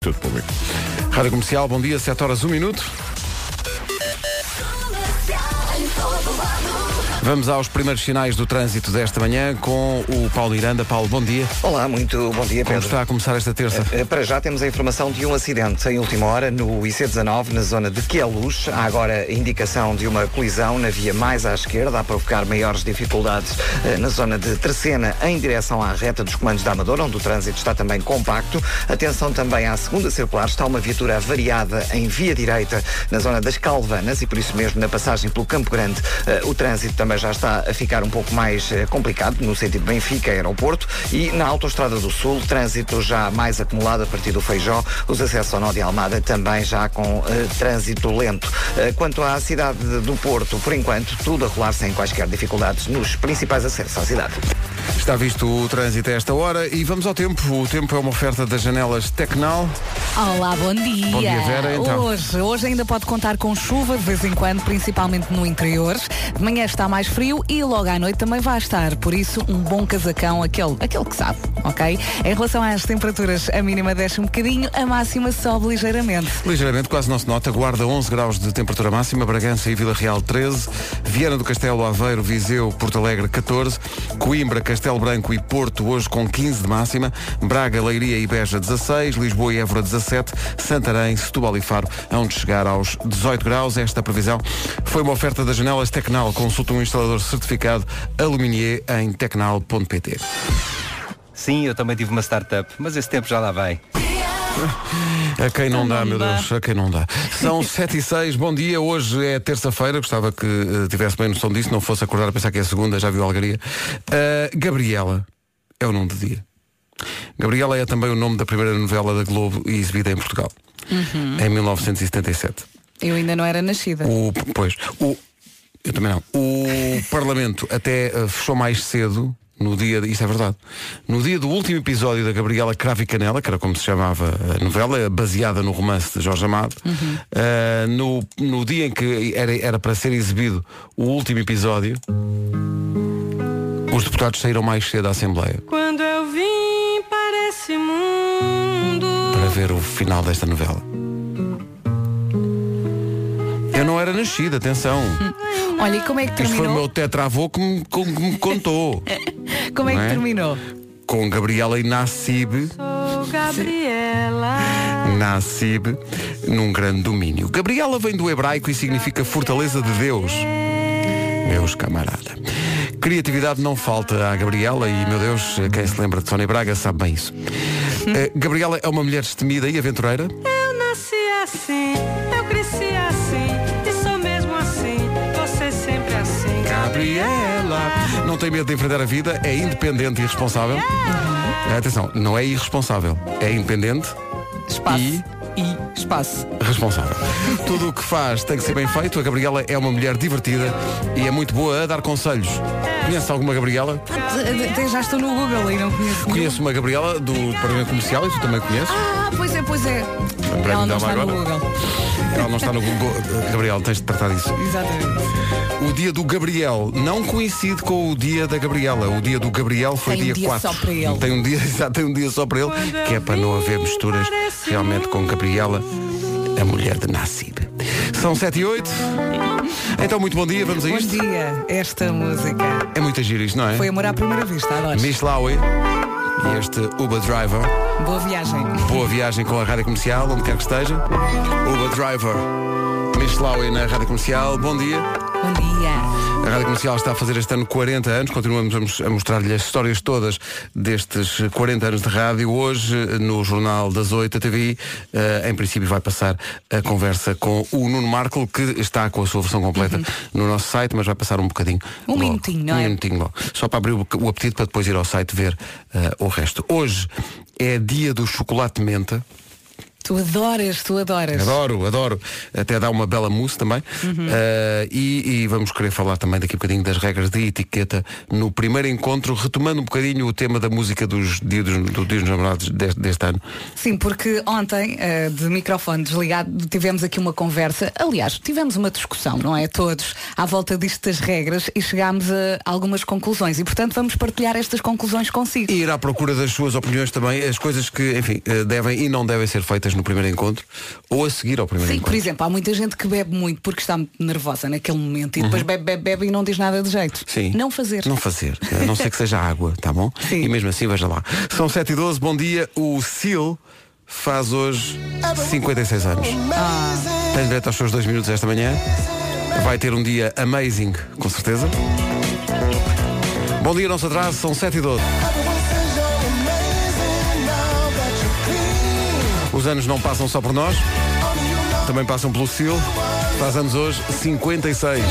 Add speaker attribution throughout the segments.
Speaker 1: Tudo público. Rádio Comercial, bom dia, 7 horas 1 minuto. Vamos aos primeiros sinais do trânsito desta manhã com o Paulo Miranda. Paulo, bom dia.
Speaker 2: Olá, muito bom dia,
Speaker 1: Como
Speaker 2: Pedro.
Speaker 1: está a começar esta terça?
Speaker 2: Eh, Para já temos a informação de um acidente em última hora no IC19, na zona de Queluz. Há agora indicação de uma colisão na via mais à esquerda, a provocar maiores dificuldades eh, na zona de Tercena, em direção à reta dos comandos da Amadora, onde o trânsito está também compacto. Atenção também à segunda circular, está uma viatura avariada em via direita, na zona das Calvanas, e por isso mesmo na passagem pelo Campo Grande, eh, o trânsito também já está a ficar um pouco mais eh, complicado, no sentido Benfica-Aeroporto, e na Autostrada do Sul, trânsito já mais acumulado a partir do Feijó, os acessos ao Nó de Almada também já com eh, trânsito lento. Eh, quanto à cidade do Porto, por enquanto, tudo a rolar sem quaisquer dificuldades nos principais acessos à cidade.
Speaker 1: Está visto o trânsito a esta hora e vamos ao tempo. O tempo é uma oferta das janelas Tecnal.
Speaker 3: Olá, bom dia.
Speaker 1: Bom dia, Vera, então.
Speaker 3: Hoje, hoje ainda pode contar com chuva de vez em quando, principalmente no interior. De manhã está mais frio e logo à noite também vai estar. Por isso, um bom casacão, aquele, aquele que sabe, ok? Em relação às temperaturas, a mínima desce um bocadinho, a máxima sobe ligeiramente.
Speaker 1: Ligeiramente, quase não se nota. Guarda 11 graus de temperatura máxima, Bragança e Vila Real 13, Viana do Castelo, Aveiro, Viseu, Porto Alegre 14, Coimbra, Castelo Branco e Porto hoje com 15 de máxima, Braga, Leiria e Beja 16, Lisboa e Évora 17, Santarém, Setúbal e Faro onde chegar aos 18 graus. Esta previsão foi uma oferta das janelas Tecnal. Consulta um instalador certificado Aluminier em tecnal.pt.
Speaker 4: Sim, eu também tive uma startup, mas esse tempo já lá vai.
Speaker 1: A quem não dá,
Speaker 3: não
Speaker 1: meu
Speaker 3: dá.
Speaker 1: Deus, a quem Ah, não dá. São 7 e 6, bom dia, hoje é terça-feira, gostava que eh, tivesse bem noção disso, não fosse acordar a pensar que é segunda, já viu a Algaria. Ah, Gabriela é o nome do dia. Gabriela é também o nome da primeira novela da Globo e exibida em Portugal, em 1977.
Speaker 3: É. Eu ainda não era nascida.
Speaker 1: Uhum. O, pois, o, eu também não. O Parlamento até eh, fechou mais cedo. No dia, de- isto é verdade, no dia do último episódio da Gabriela Cravo e Canela, que era como se chamava a novela, baseada no romance de Jorge Amado, eh, no, no dia em que era, era para ser exibido o último episódio, os deputados saíram mais cedo da Assembleia
Speaker 5: Quando eu vim para esse mundo,
Speaker 1: para ver o final desta novela. Eu não era nascida, atenção.
Speaker 3: Olha, e como é que
Speaker 1: Isto foi o
Speaker 3: terminou?
Speaker 1: meu tetravô que me, que me contou.
Speaker 3: Como é
Speaker 1: não
Speaker 3: que
Speaker 1: é?
Speaker 3: terminou?
Speaker 1: Com Gabriela e Nassib,
Speaker 5: sou Gabriela.
Speaker 1: Nassib, num grande domínio. Gabriela vem do hebraico e significa fortaleza de Deus. Meus camarada. Criatividade não falta à Gabriela e, meu Deus, quem se lembra de Sónia Braga sabe bem isso. Eh, Gabriela é uma mulher destemida e aventureira.
Speaker 5: Eu nasci assim, eu cresci assim, e sou mesmo assim, você sempre assim.
Speaker 1: Gabriela não tem medo de enfrentar a vida, é independente e responsável. Atenção, não é irresponsável, é independente
Speaker 3: Espaço.
Speaker 1: E?
Speaker 3: e espaço.
Speaker 1: responsável. Tudo o que faz tem que ser bem feito. A Gabriela é uma mulher divertida e é muito boa a dar conselhos.
Speaker 3: É.
Speaker 1: Conhece alguma Gabriela?
Speaker 3: Até já estou no Google e não conheço.
Speaker 1: Conheço uma Gabriela do Parlamento Comercial e tu também conheces.
Speaker 3: Ah, pois é, pois é.
Speaker 1: Para
Speaker 3: Ela
Speaker 1: mim
Speaker 3: não
Speaker 1: dá-me
Speaker 3: está no
Speaker 1: agora.
Speaker 3: Google.
Speaker 1: Ela não está no Google. Gabriela, tens de tratar disso.
Speaker 3: Exatamente.
Speaker 1: O dia do Gabriel não coincide com o dia da Gabriela. O dia do Gabriel foi
Speaker 3: Tem um
Speaker 1: dia
Speaker 3: dia
Speaker 1: 4.
Speaker 3: só para ele.
Speaker 1: Tem um dia, exato, tem um dia só para ele, que é para não haver misturas realmente com Gabriela, a mulher de Nassib. São 7 e 8. Então, muito bom dia, vamos a
Speaker 3: Bom
Speaker 1: isto.
Speaker 3: dia, esta música.
Speaker 1: É muito giro isto, não é?
Speaker 3: Foi amor à primeira vista, adoro.
Speaker 1: Miss Lowy e este Uber Driver.
Speaker 3: Boa viagem.
Speaker 1: Boa viagem com a rádio comercial, onde quer que esteja. Uber Driver. Miss Lowy na rádio comercial. Bom dia.
Speaker 3: Bom dia.
Speaker 1: A Rádio Comercial está a fazer este ano 40 anos, continuamos a mos- a mostrar-lhe as histórias todas destes 40 anos de rádio. Hoje, no Jornal das 8 da TVI, eh, em princípio vai passar a conversa com o Nuno Marco, que está com a sua versão completa no nosso site, mas vai passar um bocadinho.
Speaker 3: Uhum. Um
Speaker 1: logo.
Speaker 3: minutinho, não é?
Speaker 1: Um minutinho logo. Só para abrir o, o apetite para depois ir ao site ver eh, o resto. Hoje é dia do chocolate menta.
Speaker 3: Tu adoras, tu adoras.
Speaker 1: Adoro, adoro. Até dá uma bela mousse também.
Speaker 3: Uhum.
Speaker 1: Ah, e, e vamos querer falar também daqui a bocadinho das regras de etiqueta no primeiro encontro, retomando um bocadinho o tema da música dos Dia dos, do Dia dos Namorados deste, deste ano.
Speaker 3: Sim, porque ontem, eh, de microfone desligado, tivemos aqui uma conversa. Aliás, tivemos uma discussão, não é? Todos, à volta disto das regras e chegámos a algumas conclusões. E, portanto, vamos partilhar estas conclusões consigo.
Speaker 1: E ir à procura das suas opiniões também, as coisas que, enfim, ah, eh, devem e não devem ser feitas no primeiro encontro ou a seguir ao primeiro
Speaker 3: Sim, por
Speaker 1: encontro.
Speaker 3: exemplo, há muita gente que bebe muito porque está muito nervosa naquele momento e depois bebe, bebe, bebe e não diz nada de jeito.
Speaker 1: Uhum. Sim.
Speaker 3: Não fazer.
Speaker 1: Não fazer. A não ser que seja água, tá bom?
Speaker 3: Sim.
Speaker 1: E mesmo assim, veja lá. São 7 e 12 bom dia. O Seal faz hoje 56 anos.
Speaker 3: Ah.
Speaker 1: Tem direito aos seus dois minutos esta manhã. Vai ter um dia amazing, com certeza. Bom dia, não se atrase, são 7 e 12. Os anos não passam só por nós, também passam pelo Seal. Faz anos hoje 56.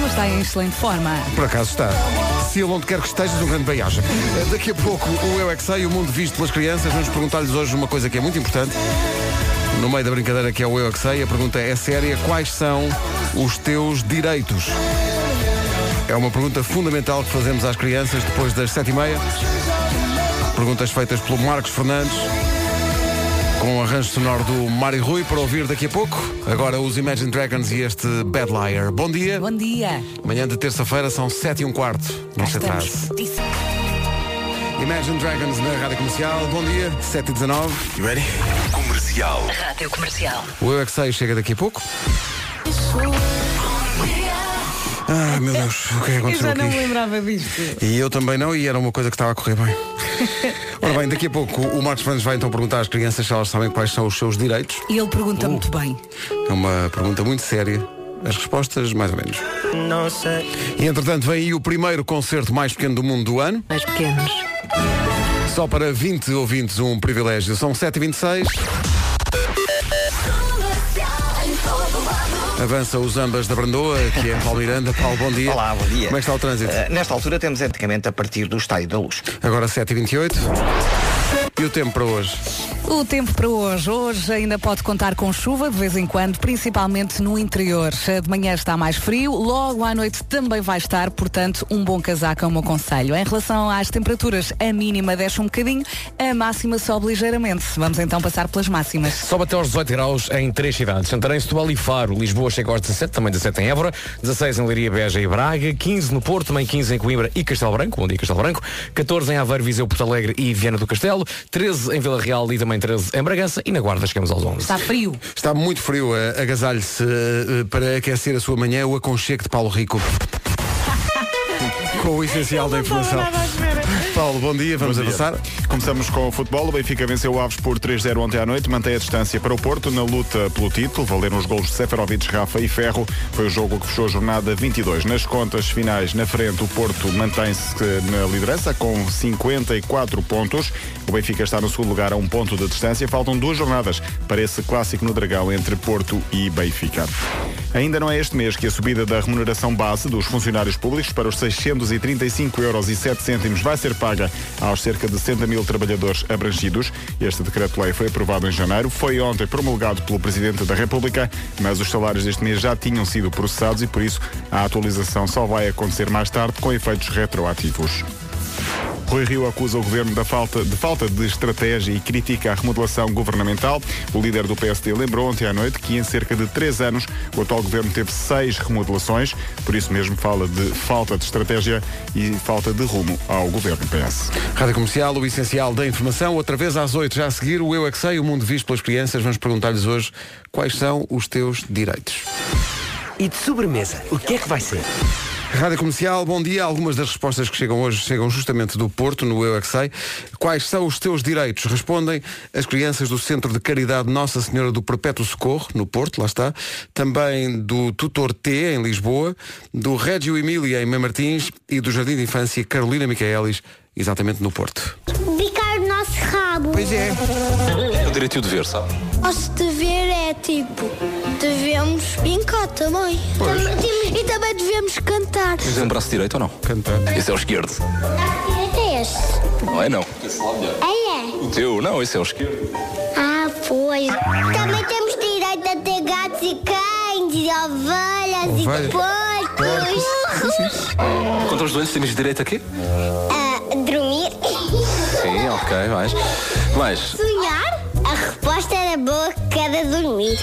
Speaker 3: Mas está em excelente forma.
Speaker 1: Por acaso está. Se ele onde quer que estejas, um grande beiaja. Daqui a pouco, o Eu É Que Sei, o mundo visto pelas crianças. Vamos perguntar-lhes hoje uma coisa que é muito importante. No meio da brincadeira que é o Eu É Que Sei, a pergunta é séria. Quais são os teus direitos? É uma pergunta fundamental que fazemos às crianças depois das sete e meia. Perguntas feitas pelo Marcos Fernandes. Com o arranjo sonoro do Mário Rui para ouvir daqui a pouco. Agora os Imagine Dragons e este Bad Liar. Bom dia.
Speaker 3: Bom dia.
Speaker 1: Manhã de terça-feira são 7 e um quarto. Não se atrase.
Speaker 3: Estamos. Disse-
Speaker 1: Imagine Dragons na Rádio Comercial. Bom dia, 7 e 19.
Speaker 6: Comercial.
Speaker 7: Rádio Comercial.
Speaker 1: O Eu É Que Sei chega daqui a pouco. Ah, meu Deus, o que é que aconteceu aqui?
Speaker 3: lembrava disto.
Speaker 1: E eu também não, e era uma coisa que estava a correr bem. Ora bem, daqui a pouco o Marcos Fernandes vai então perguntar às crianças se elas sabem quais são os seus direitos.
Speaker 3: E ele pergunta
Speaker 1: Uh.
Speaker 3: muito bem.
Speaker 1: É uma pergunta muito séria. As respostas, mais ou menos. E entretanto, vem aí o primeiro concerto mais pequeno do mundo do ano.
Speaker 7: Mais pequenos.
Speaker 1: Só para 20 ouvintes, um privilégio. São 7h26. Avança os ambas da Brandoa, que é Paulo Miranda. Paulo, bom dia.
Speaker 2: Olá, Ah, bom dia.
Speaker 1: Como é que está o trânsito?
Speaker 2: Eh, nesta altura temos antigamente a partir do Estádio da Luz.
Speaker 1: Agora 7h28. E o tempo para hoje?
Speaker 3: O tempo para hoje. Hoje ainda pode contar com chuva de vez em quando, principalmente no interior. Eh, De manhã está mais frio, logo à noite também vai estar, portanto, um bom casaco é o meu conselho. Em relação às temperaturas, a mínima desce um bocadinho, a máxima sobe ligeiramente. Vamos então passar pelas máximas.
Speaker 8: Sobe até aos 18 graus em três cidades. Santarém, Setúbal e Faro. Lisboa chega aos 17, também 17 em Évora. 16 em Leiria, Beja e Braga. 15 no Porto, também 15 em Coimbra e Castelo Branco. Bom dia, Castelo Branco. 14 em Aveiro, Viseu, Porto Alegre e Viana do Castelo. 13 em Vila Real e também 13 em Bragança. E na Guarda chegamos aos 11.
Speaker 3: Está frio.
Speaker 1: Está muito frio, eh, agasalhe-se eh, eh, para aquecer a sua manhã, o aconchego de Paulo Rico. Com o essencial da informação. Paulo, bom dia, vamos avançar.
Speaker 6: Começamos com o futebol. O Benfica venceu o Aves por 3-0 ontem à noite, mantém a distância para o Porto na luta pelo título. Valeram os golos de Seferovic, Rafa e Ferro. Foi o jogo que fechou a jornada 22. Nas contas finais, na frente, o Porto mantém-se na liderança com 54 pontos. O Benfica está no segundo lugar a um ponto de distância. Faltam duas jornadas para esse clássico no Dragão entre Porto e Benfica. Ainda não é este mês que a subida da remuneração base dos funcionários públicos para os 635,07 euros vai ser paga aos cerca de 60 mil trabalhadores abrangidos. Este decreto-lei foi aprovado em janeiro, foi ontem promulgado pelo Presidente da República, mas os salários deste mês já tinham sido processados e, por isso, a atualização só vai acontecer mais tarde com efeitos retroativos. Rui Rio acusa o governo da falta, de falta de estratégia e critica a remodelação governamental. O líder do PSD lembrou ontem à noite que em cerca de três anos o atual governo teve seis remodelações, por isso mesmo fala de falta de estratégia e falta de rumo ao governo PS.
Speaker 1: Rádio Comercial, o essencial da informação, outra vez às 8, já a seguir, o Eu É Que Sei, o mundo visto pelas crianças. Vamos perguntar-lhes hoje quais são os teus direitos.
Speaker 9: E de sobremesa, o que é que vai ser?
Speaker 1: Rádio Comercial, bom dia. Algumas das respostas que chegam hoje chegam justamente do Porto, no Eu É Que Sei. Quais são os teus direitos? Respondem as crianças do Centro de Caridade Nossa Senhora do Perpétuo Socorro, no Porto, lá está. Também do Tutor T, em Lisboa. Do Régio Emília, em Mãe Martins. E do Jardim de Infância Carolina Micaelis, exatamente no Porto.
Speaker 10: Bicar o nosso rabo.
Speaker 1: Pois é.
Speaker 11: O direito e o dever, sabe?
Speaker 10: Ou se dever é tipo, devemos brincar também. Também temos- E também devemos cantar.
Speaker 11: Tem um braço direito ou não?
Speaker 1: Cantar.
Speaker 11: Esse é o esquerdo.
Speaker 10: É este?
Speaker 11: Não é não.
Speaker 10: É, é.
Speaker 11: O teu, não, esse é o esquerdo.
Speaker 10: Ah, pois. Também temos direito a ter gatos e cães, e ovelhas,
Speaker 1: Ovelhas.
Speaker 10: e porcos.
Speaker 11: Contra os doentes temos direito a quê?
Speaker 10: a Ah, dormir.
Speaker 11: Sim, ok, mais. Mais.
Speaker 10: Sonhar? A resposta era boa, cada dormir.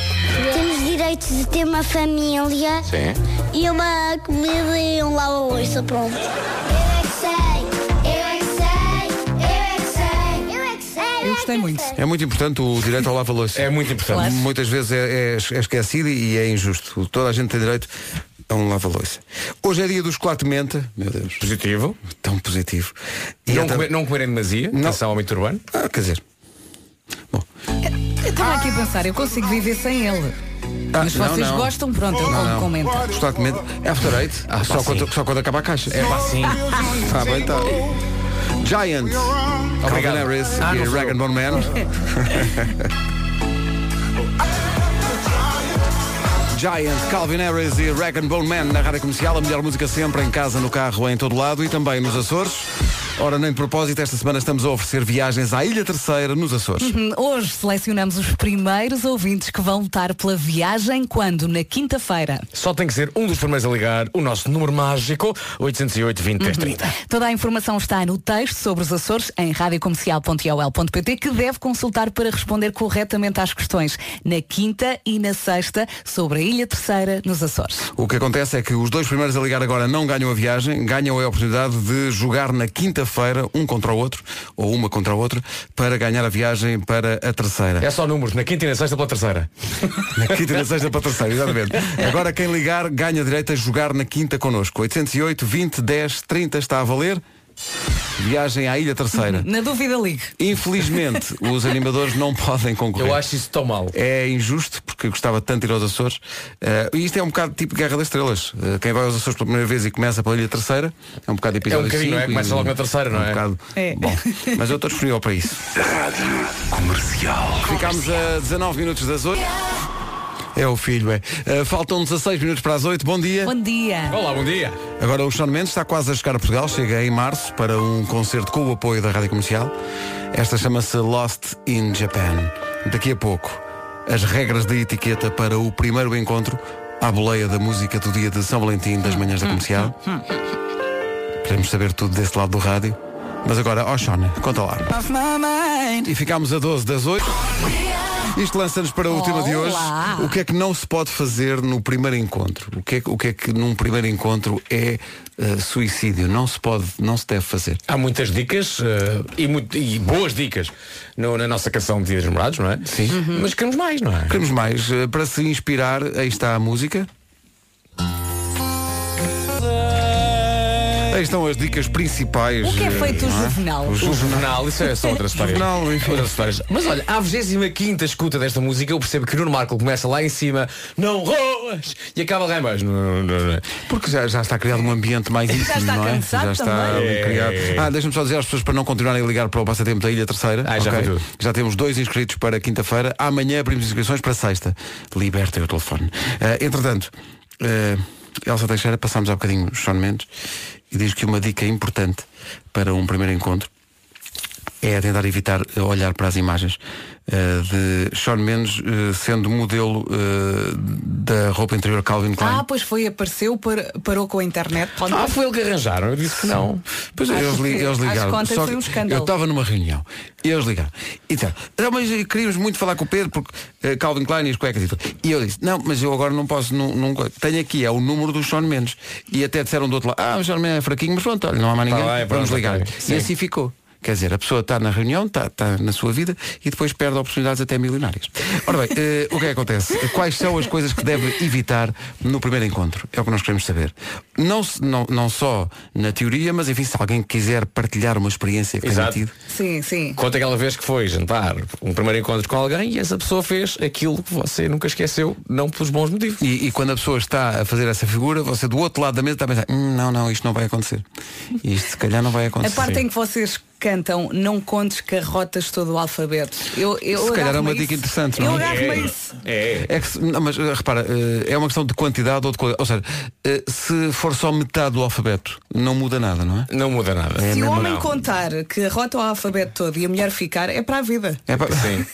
Speaker 10: Temos direito de ter uma família.
Speaker 11: Sim.
Speaker 10: E uma comida e um lava-louça, pronto. Eu é que sei, eu é que sei, eu é que sei, eu é que sei. Eu
Speaker 3: gostei muito.
Speaker 1: É muito importante o direito ao lava-louça. É
Speaker 8: muito
Speaker 3: importante. Claro.
Speaker 1: Muitas vezes é, é- é esquecido e é injusto. Toda a gente tem direito a um lava-louça. Hoje é dia do chocolate de menta. Meu Deus.
Speaker 8: Positivo.
Speaker 1: Tão positivo.
Speaker 8: Não,
Speaker 1: é tam-
Speaker 8: comer, não comer em demasia, atenção ao mito urbano.
Speaker 1: Ah, quer dizer.
Speaker 3: Eu estava aqui a pensar, eu consigo viver sem ele.
Speaker 1: Ah,
Speaker 3: Mas
Speaker 1: não,
Speaker 3: vocês
Speaker 1: não.
Speaker 3: gostam,
Speaker 8: é
Speaker 3: pronto, eu
Speaker 1: Não,
Speaker 3: como
Speaker 1: não.
Speaker 3: com menta.
Speaker 1: Chocolate de menta. É after eight.
Speaker 8: Ah, pá,
Speaker 1: só,
Speaker 8: sim.
Speaker 1: quando, só quando acaba a caixa.
Speaker 8: É pá, sim.
Speaker 1: Ah, bem, tá. Giant. Calvin
Speaker 8: Obrigado.
Speaker 1: Harris
Speaker 8: Ah,
Speaker 1: e
Speaker 8: não sou
Speaker 1: Rag and Bone Man. Giant, Calvin Harris e Rag and Bone Man na rádio comercial. A melhor música sempre, em casa, no carro, em todo lado e também nos Açores. Ora, nem de propósito, esta semana estamos a oferecer viagens à Ilha Terceira, nos Açores.
Speaker 3: Uhum. Hoje selecionamos os primeiros ouvintes que vão lutar pela viagem quando? Na quinta-feira.
Speaker 8: Só tem que ser um dos primeiros a ligar o nosso número mágico 808 20 10 30.
Speaker 3: Uhum. Toda a informação está no texto sobre os Açores em radiocomercial.iol.pt que deve consultar para responder corretamente às questões na quinta e na sexta sobre a Ilha Terceira nos Açores.
Speaker 1: O que acontece é que os dois primeiros a ligar agora não ganham a viagem, ganham a oportunidade de jogar na quinta-feira, um contra o outro, ou uma contra a outra, para ganhar a viagem para a terceira.
Speaker 8: É só números, na quinta e na sexta pela terceira.
Speaker 1: Na quinta e na sexta para a terceira, exatamente. Agora quem ligar ganha direito a jogar na quinta connosco. 808 20 10 30 está a valer. Viagem à Ilha Terceira.
Speaker 3: Na dúvida, ligue.
Speaker 1: Infelizmente, os animadores não podem concorrer.
Speaker 8: Eu acho isso tão mal.
Speaker 1: É injusto, porque eu gostava tanto de ir aos Açores. Eh, e isto é um bocado tipo Guerra das Estrelas. Eh, quem vai aos Açores pela primeira vez e começa pela Ilha Terceira, é um bocado episódio
Speaker 8: É um bocadinho,
Speaker 1: cinco
Speaker 8: não é? Começa
Speaker 1: e-
Speaker 8: logo na terceira, não
Speaker 1: um
Speaker 8: é?
Speaker 1: bocado.
Speaker 3: É.
Speaker 1: Bom, mas eu estou disponível para isso. Rádio Comercial. Ficámos a 19 minutos das 8. É o filho, é. Eh, faltam 16 minutos para as 8. Bom dia.
Speaker 3: Bom dia.
Speaker 8: Olá, bom dia.
Speaker 1: Agora o Sean Mendes está quase a chegar a Portugal, chega em março para um concerto com o apoio da Rádio Comercial. Esta chama-se Lost in Japan. Daqui a pouco, as regras da etiqueta para o primeiro encontro à boleia da música do dia de São Valentim das manhãs da Comercial. Queremos saber tudo desse lado do rádio. Mas agora, ó Sean, conta lá. E ficámos a 12 das 8. Isto lança-nos para o tema de hoje.
Speaker 3: Olá.
Speaker 1: O que é que não se pode fazer no primeiro encontro? O que é, que- o que, é que num primeiro encontro é eh, suicídio? Não se pode, não se deve fazer.
Speaker 8: Há muitas dicas eh, e, muito- e boas dicas no- na nossa canção de Dia dos Namorados, não é?
Speaker 1: Sim.
Speaker 8: Mas queremos mais, não é?
Speaker 1: Uhum. Queremos mais. eh, para se inspirar, aí está a música. Aí estão as dicas principais.
Speaker 3: O que é
Speaker 1: eh,
Speaker 3: feito o
Speaker 1: não é?
Speaker 3: juvenal?
Speaker 1: O
Speaker 8: O
Speaker 1: ju-
Speaker 8: jornal, isso é só outra história.
Speaker 1: Jornal, enfim.
Speaker 8: Outras histórias. Mas olha, à 25 escuta desta música, eu percebo que o Nuno Marco começa lá em cima, não roas! E acaba lá em baixo. Não, não, não, não.
Speaker 1: Porque já, já está criado um ambiente mais íntimo,
Speaker 3: está
Speaker 1: não é?
Speaker 3: cansado
Speaker 1: já está
Speaker 3: também.
Speaker 1: ali criado. Ah, deixa-me só dizer às pessoas para não continuarem a ligar para o passatempo da Ilha Terceira.
Speaker 8: Ah, já
Speaker 1: ok?
Speaker 8: foi tudo.
Speaker 1: Já temos dois inscritos para quinta-feira. Amanhã abrimos inscrições para sexta. Libertem o telefone. Ah, entretanto, ah, Elsa Teixeira, passámos há bocadinho Sean Mendes e diz que uma dica importante para um primeiro encontro é tentar evitar olhar para as imagens ah, de Sean Mendes ah, sendo modelo ah, da roupa interior Calvin Klein.
Speaker 3: Ah, pois foi, apareceu, par- parou com a internet. Pronto.
Speaker 8: Ah, foi ele que arranjaram, eu disse que não.
Speaker 1: Pois é,
Speaker 3: é? Acho
Speaker 1: eles, li-
Speaker 3: que,
Speaker 1: eles
Speaker 3: às
Speaker 1: ligaram.
Speaker 3: contas,
Speaker 1: Só
Speaker 3: foi
Speaker 1: que
Speaker 3: um escândalo.
Speaker 1: eu estava numa reunião e eles ligaram. Então, "Ah, mas queríamos muito falar com o Pedro porque eh, Calvin Klein e as cuecas e tudo. E eu disse, não, mas eu agora não posso, não, não co- tenho aqui, é o número do Sean Mendes. E até disseram do outro lado, ah, o Sean Mendes é fraquinho, mas pronto, olha, não há mais
Speaker 8: Tá
Speaker 1: ninguém,
Speaker 8: bem,
Speaker 1: vamos
Speaker 8: pronto,
Speaker 1: ligar.
Speaker 8: ok.
Speaker 1: E
Speaker 8: Sim.
Speaker 1: assim ficou. Quer dizer, a pessoa está na reunião, está, está na sua vida e depois perde oportunidades até milionárias. Ora bem, eh, o que é que acontece? Quais são as coisas que deve evitar no primeiro encontro? É o que nós queremos saber. Não, se- não, não só na teoria, mas enfim, se alguém quiser partilhar uma experiência que
Speaker 8: Exato.
Speaker 1: tenha tido.
Speaker 3: Sim, sim.
Speaker 8: Conta aquela vez que foi jantar um primeiro encontro com alguém e essa pessoa fez aquilo que você nunca esqueceu, não pelos bons motivos.
Speaker 1: E, e quando a pessoa está a fazer essa figura, você do outro lado da mesa está a pensar, "Hum, não, não, isto não vai acontecer. Isto se calhar não vai
Speaker 3: A
Speaker 1: acontecer.
Speaker 3: parte em que vocês cantam Não contes carrotas todo o alfabeto. Eu, eu
Speaker 1: Se calhar é
Speaker 3: agarro-me
Speaker 1: uma
Speaker 3: a isso.
Speaker 1: dica interessante, não é?
Speaker 3: Eu agarro-me a isso.
Speaker 8: É.
Speaker 1: É que, se- não, mas eh, repara, eh, é uma questão de quantidade ou de qualidade. Ou seja, eh, se for só metade do alfabeto, não muda nada, não é?
Speaker 8: Não muda nada.
Speaker 3: Se o
Speaker 1: mesmo
Speaker 3: homem
Speaker 8: não.
Speaker 3: contar que arrota o alfabeto todo e a mulher ficar, é para a vida.
Speaker 1: É pá-
Speaker 8: Sim.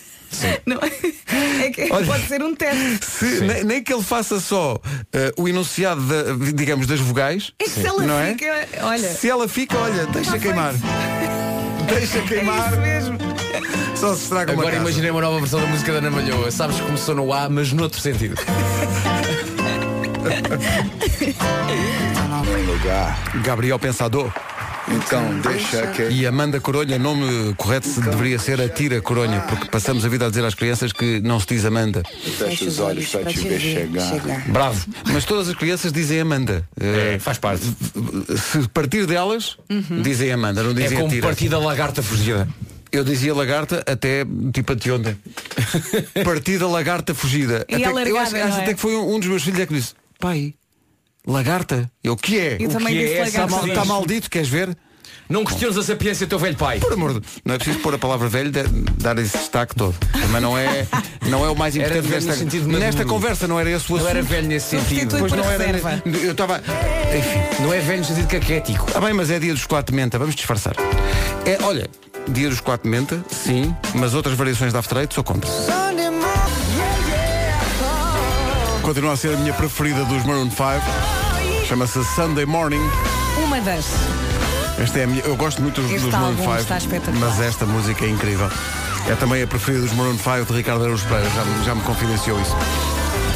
Speaker 3: Não é? É que
Speaker 1: Olha.
Speaker 3: pode ser um teste.
Speaker 1: Se- nem, nem que ele faça só eh, o enunciado, da- digamos, das vogais.
Speaker 3: É que se ela
Speaker 1: não é?
Speaker 3: fica, olha. Ah, tá
Speaker 1: Se ela fica, olha, deixa queimar.
Speaker 3: É
Speaker 1: Deixa queimar. Só se estraga uma
Speaker 8: Agora
Speaker 1: casa.
Speaker 8: imaginei uma nova versão da música da Ana Malhoa. Sabes que começou no A, mas noutro sentido.
Speaker 1: Gabriel Pensador.
Speaker 7: Então deixa que.
Speaker 1: E Amanda Coronha, nome correto se deveria ser Atira Coronha, porque passamos a vida a dizer às crianças que não se diz Amanda.
Speaker 7: Fecha os olhos para te ver chegar.
Speaker 1: Bravo. Mas todas as crianças dizem Amanda. É,
Speaker 8: faz parte.
Speaker 1: Se partir delas,
Speaker 3: Uhum.
Speaker 1: dizem Amanda, não dizem
Speaker 8: é como
Speaker 1: Atira.
Speaker 8: partir da lagarta fugida.
Speaker 1: Eu dizia lagarta até tipo anteontem. Partida lagarta fugida.
Speaker 3: E
Speaker 1: até,
Speaker 3: alargada,
Speaker 1: eu acho, acho
Speaker 3: não é?
Speaker 1: até que foi um, um dos meus filhos é que disse, pai, lagarta? Eu, o que é?
Speaker 3: Eu
Speaker 1: o
Speaker 3: também
Speaker 1: que
Speaker 3: disse
Speaker 1: é? Está,
Speaker 3: lagarta.
Speaker 1: mal,
Speaker 8: Tá
Speaker 1: está maldito, queres ver?
Speaker 8: Não questiones a sapiência do teu velho pai.
Speaker 1: Por amor de... Não é preciso pôr a palavra velho, de- dar esse destaque todo. Também não é, não é o mais
Speaker 8: Era
Speaker 1: importante
Speaker 8: velho
Speaker 1: desta,
Speaker 8: no sentido maduro.
Speaker 1: nesta conversa, não era esse o assunto.
Speaker 8: Não era velho nesse sentido.
Speaker 3: Substitui
Speaker 1: Pois
Speaker 3: por
Speaker 1: não era.
Speaker 3: reserva.
Speaker 1: Eu estava. Enfim.
Speaker 8: Não é velho no sentido caquético.
Speaker 1: Ah bem, mas é dia dos quatro de menta, vamos disfarçar. É, olha, dia dos quatro de menta, sim, mas outras variações da After Eight sou contra. Continua a ser a minha preferida dos Maroon 5. Chama-se Sunday Morning.
Speaker 3: Uma das.
Speaker 1: Esta é a minha, eu gosto muito dos,
Speaker 3: Este
Speaker 1: dos Maroon
Speaker 3: álbum
Speaker 1: 5,
Speaker 3: está espetacular.
Speaker 1: mas esta música é incrível. É também a preferida dos Maroon 5 de Ricardo Araújo Pereira, já, me- já me confidenciou isso.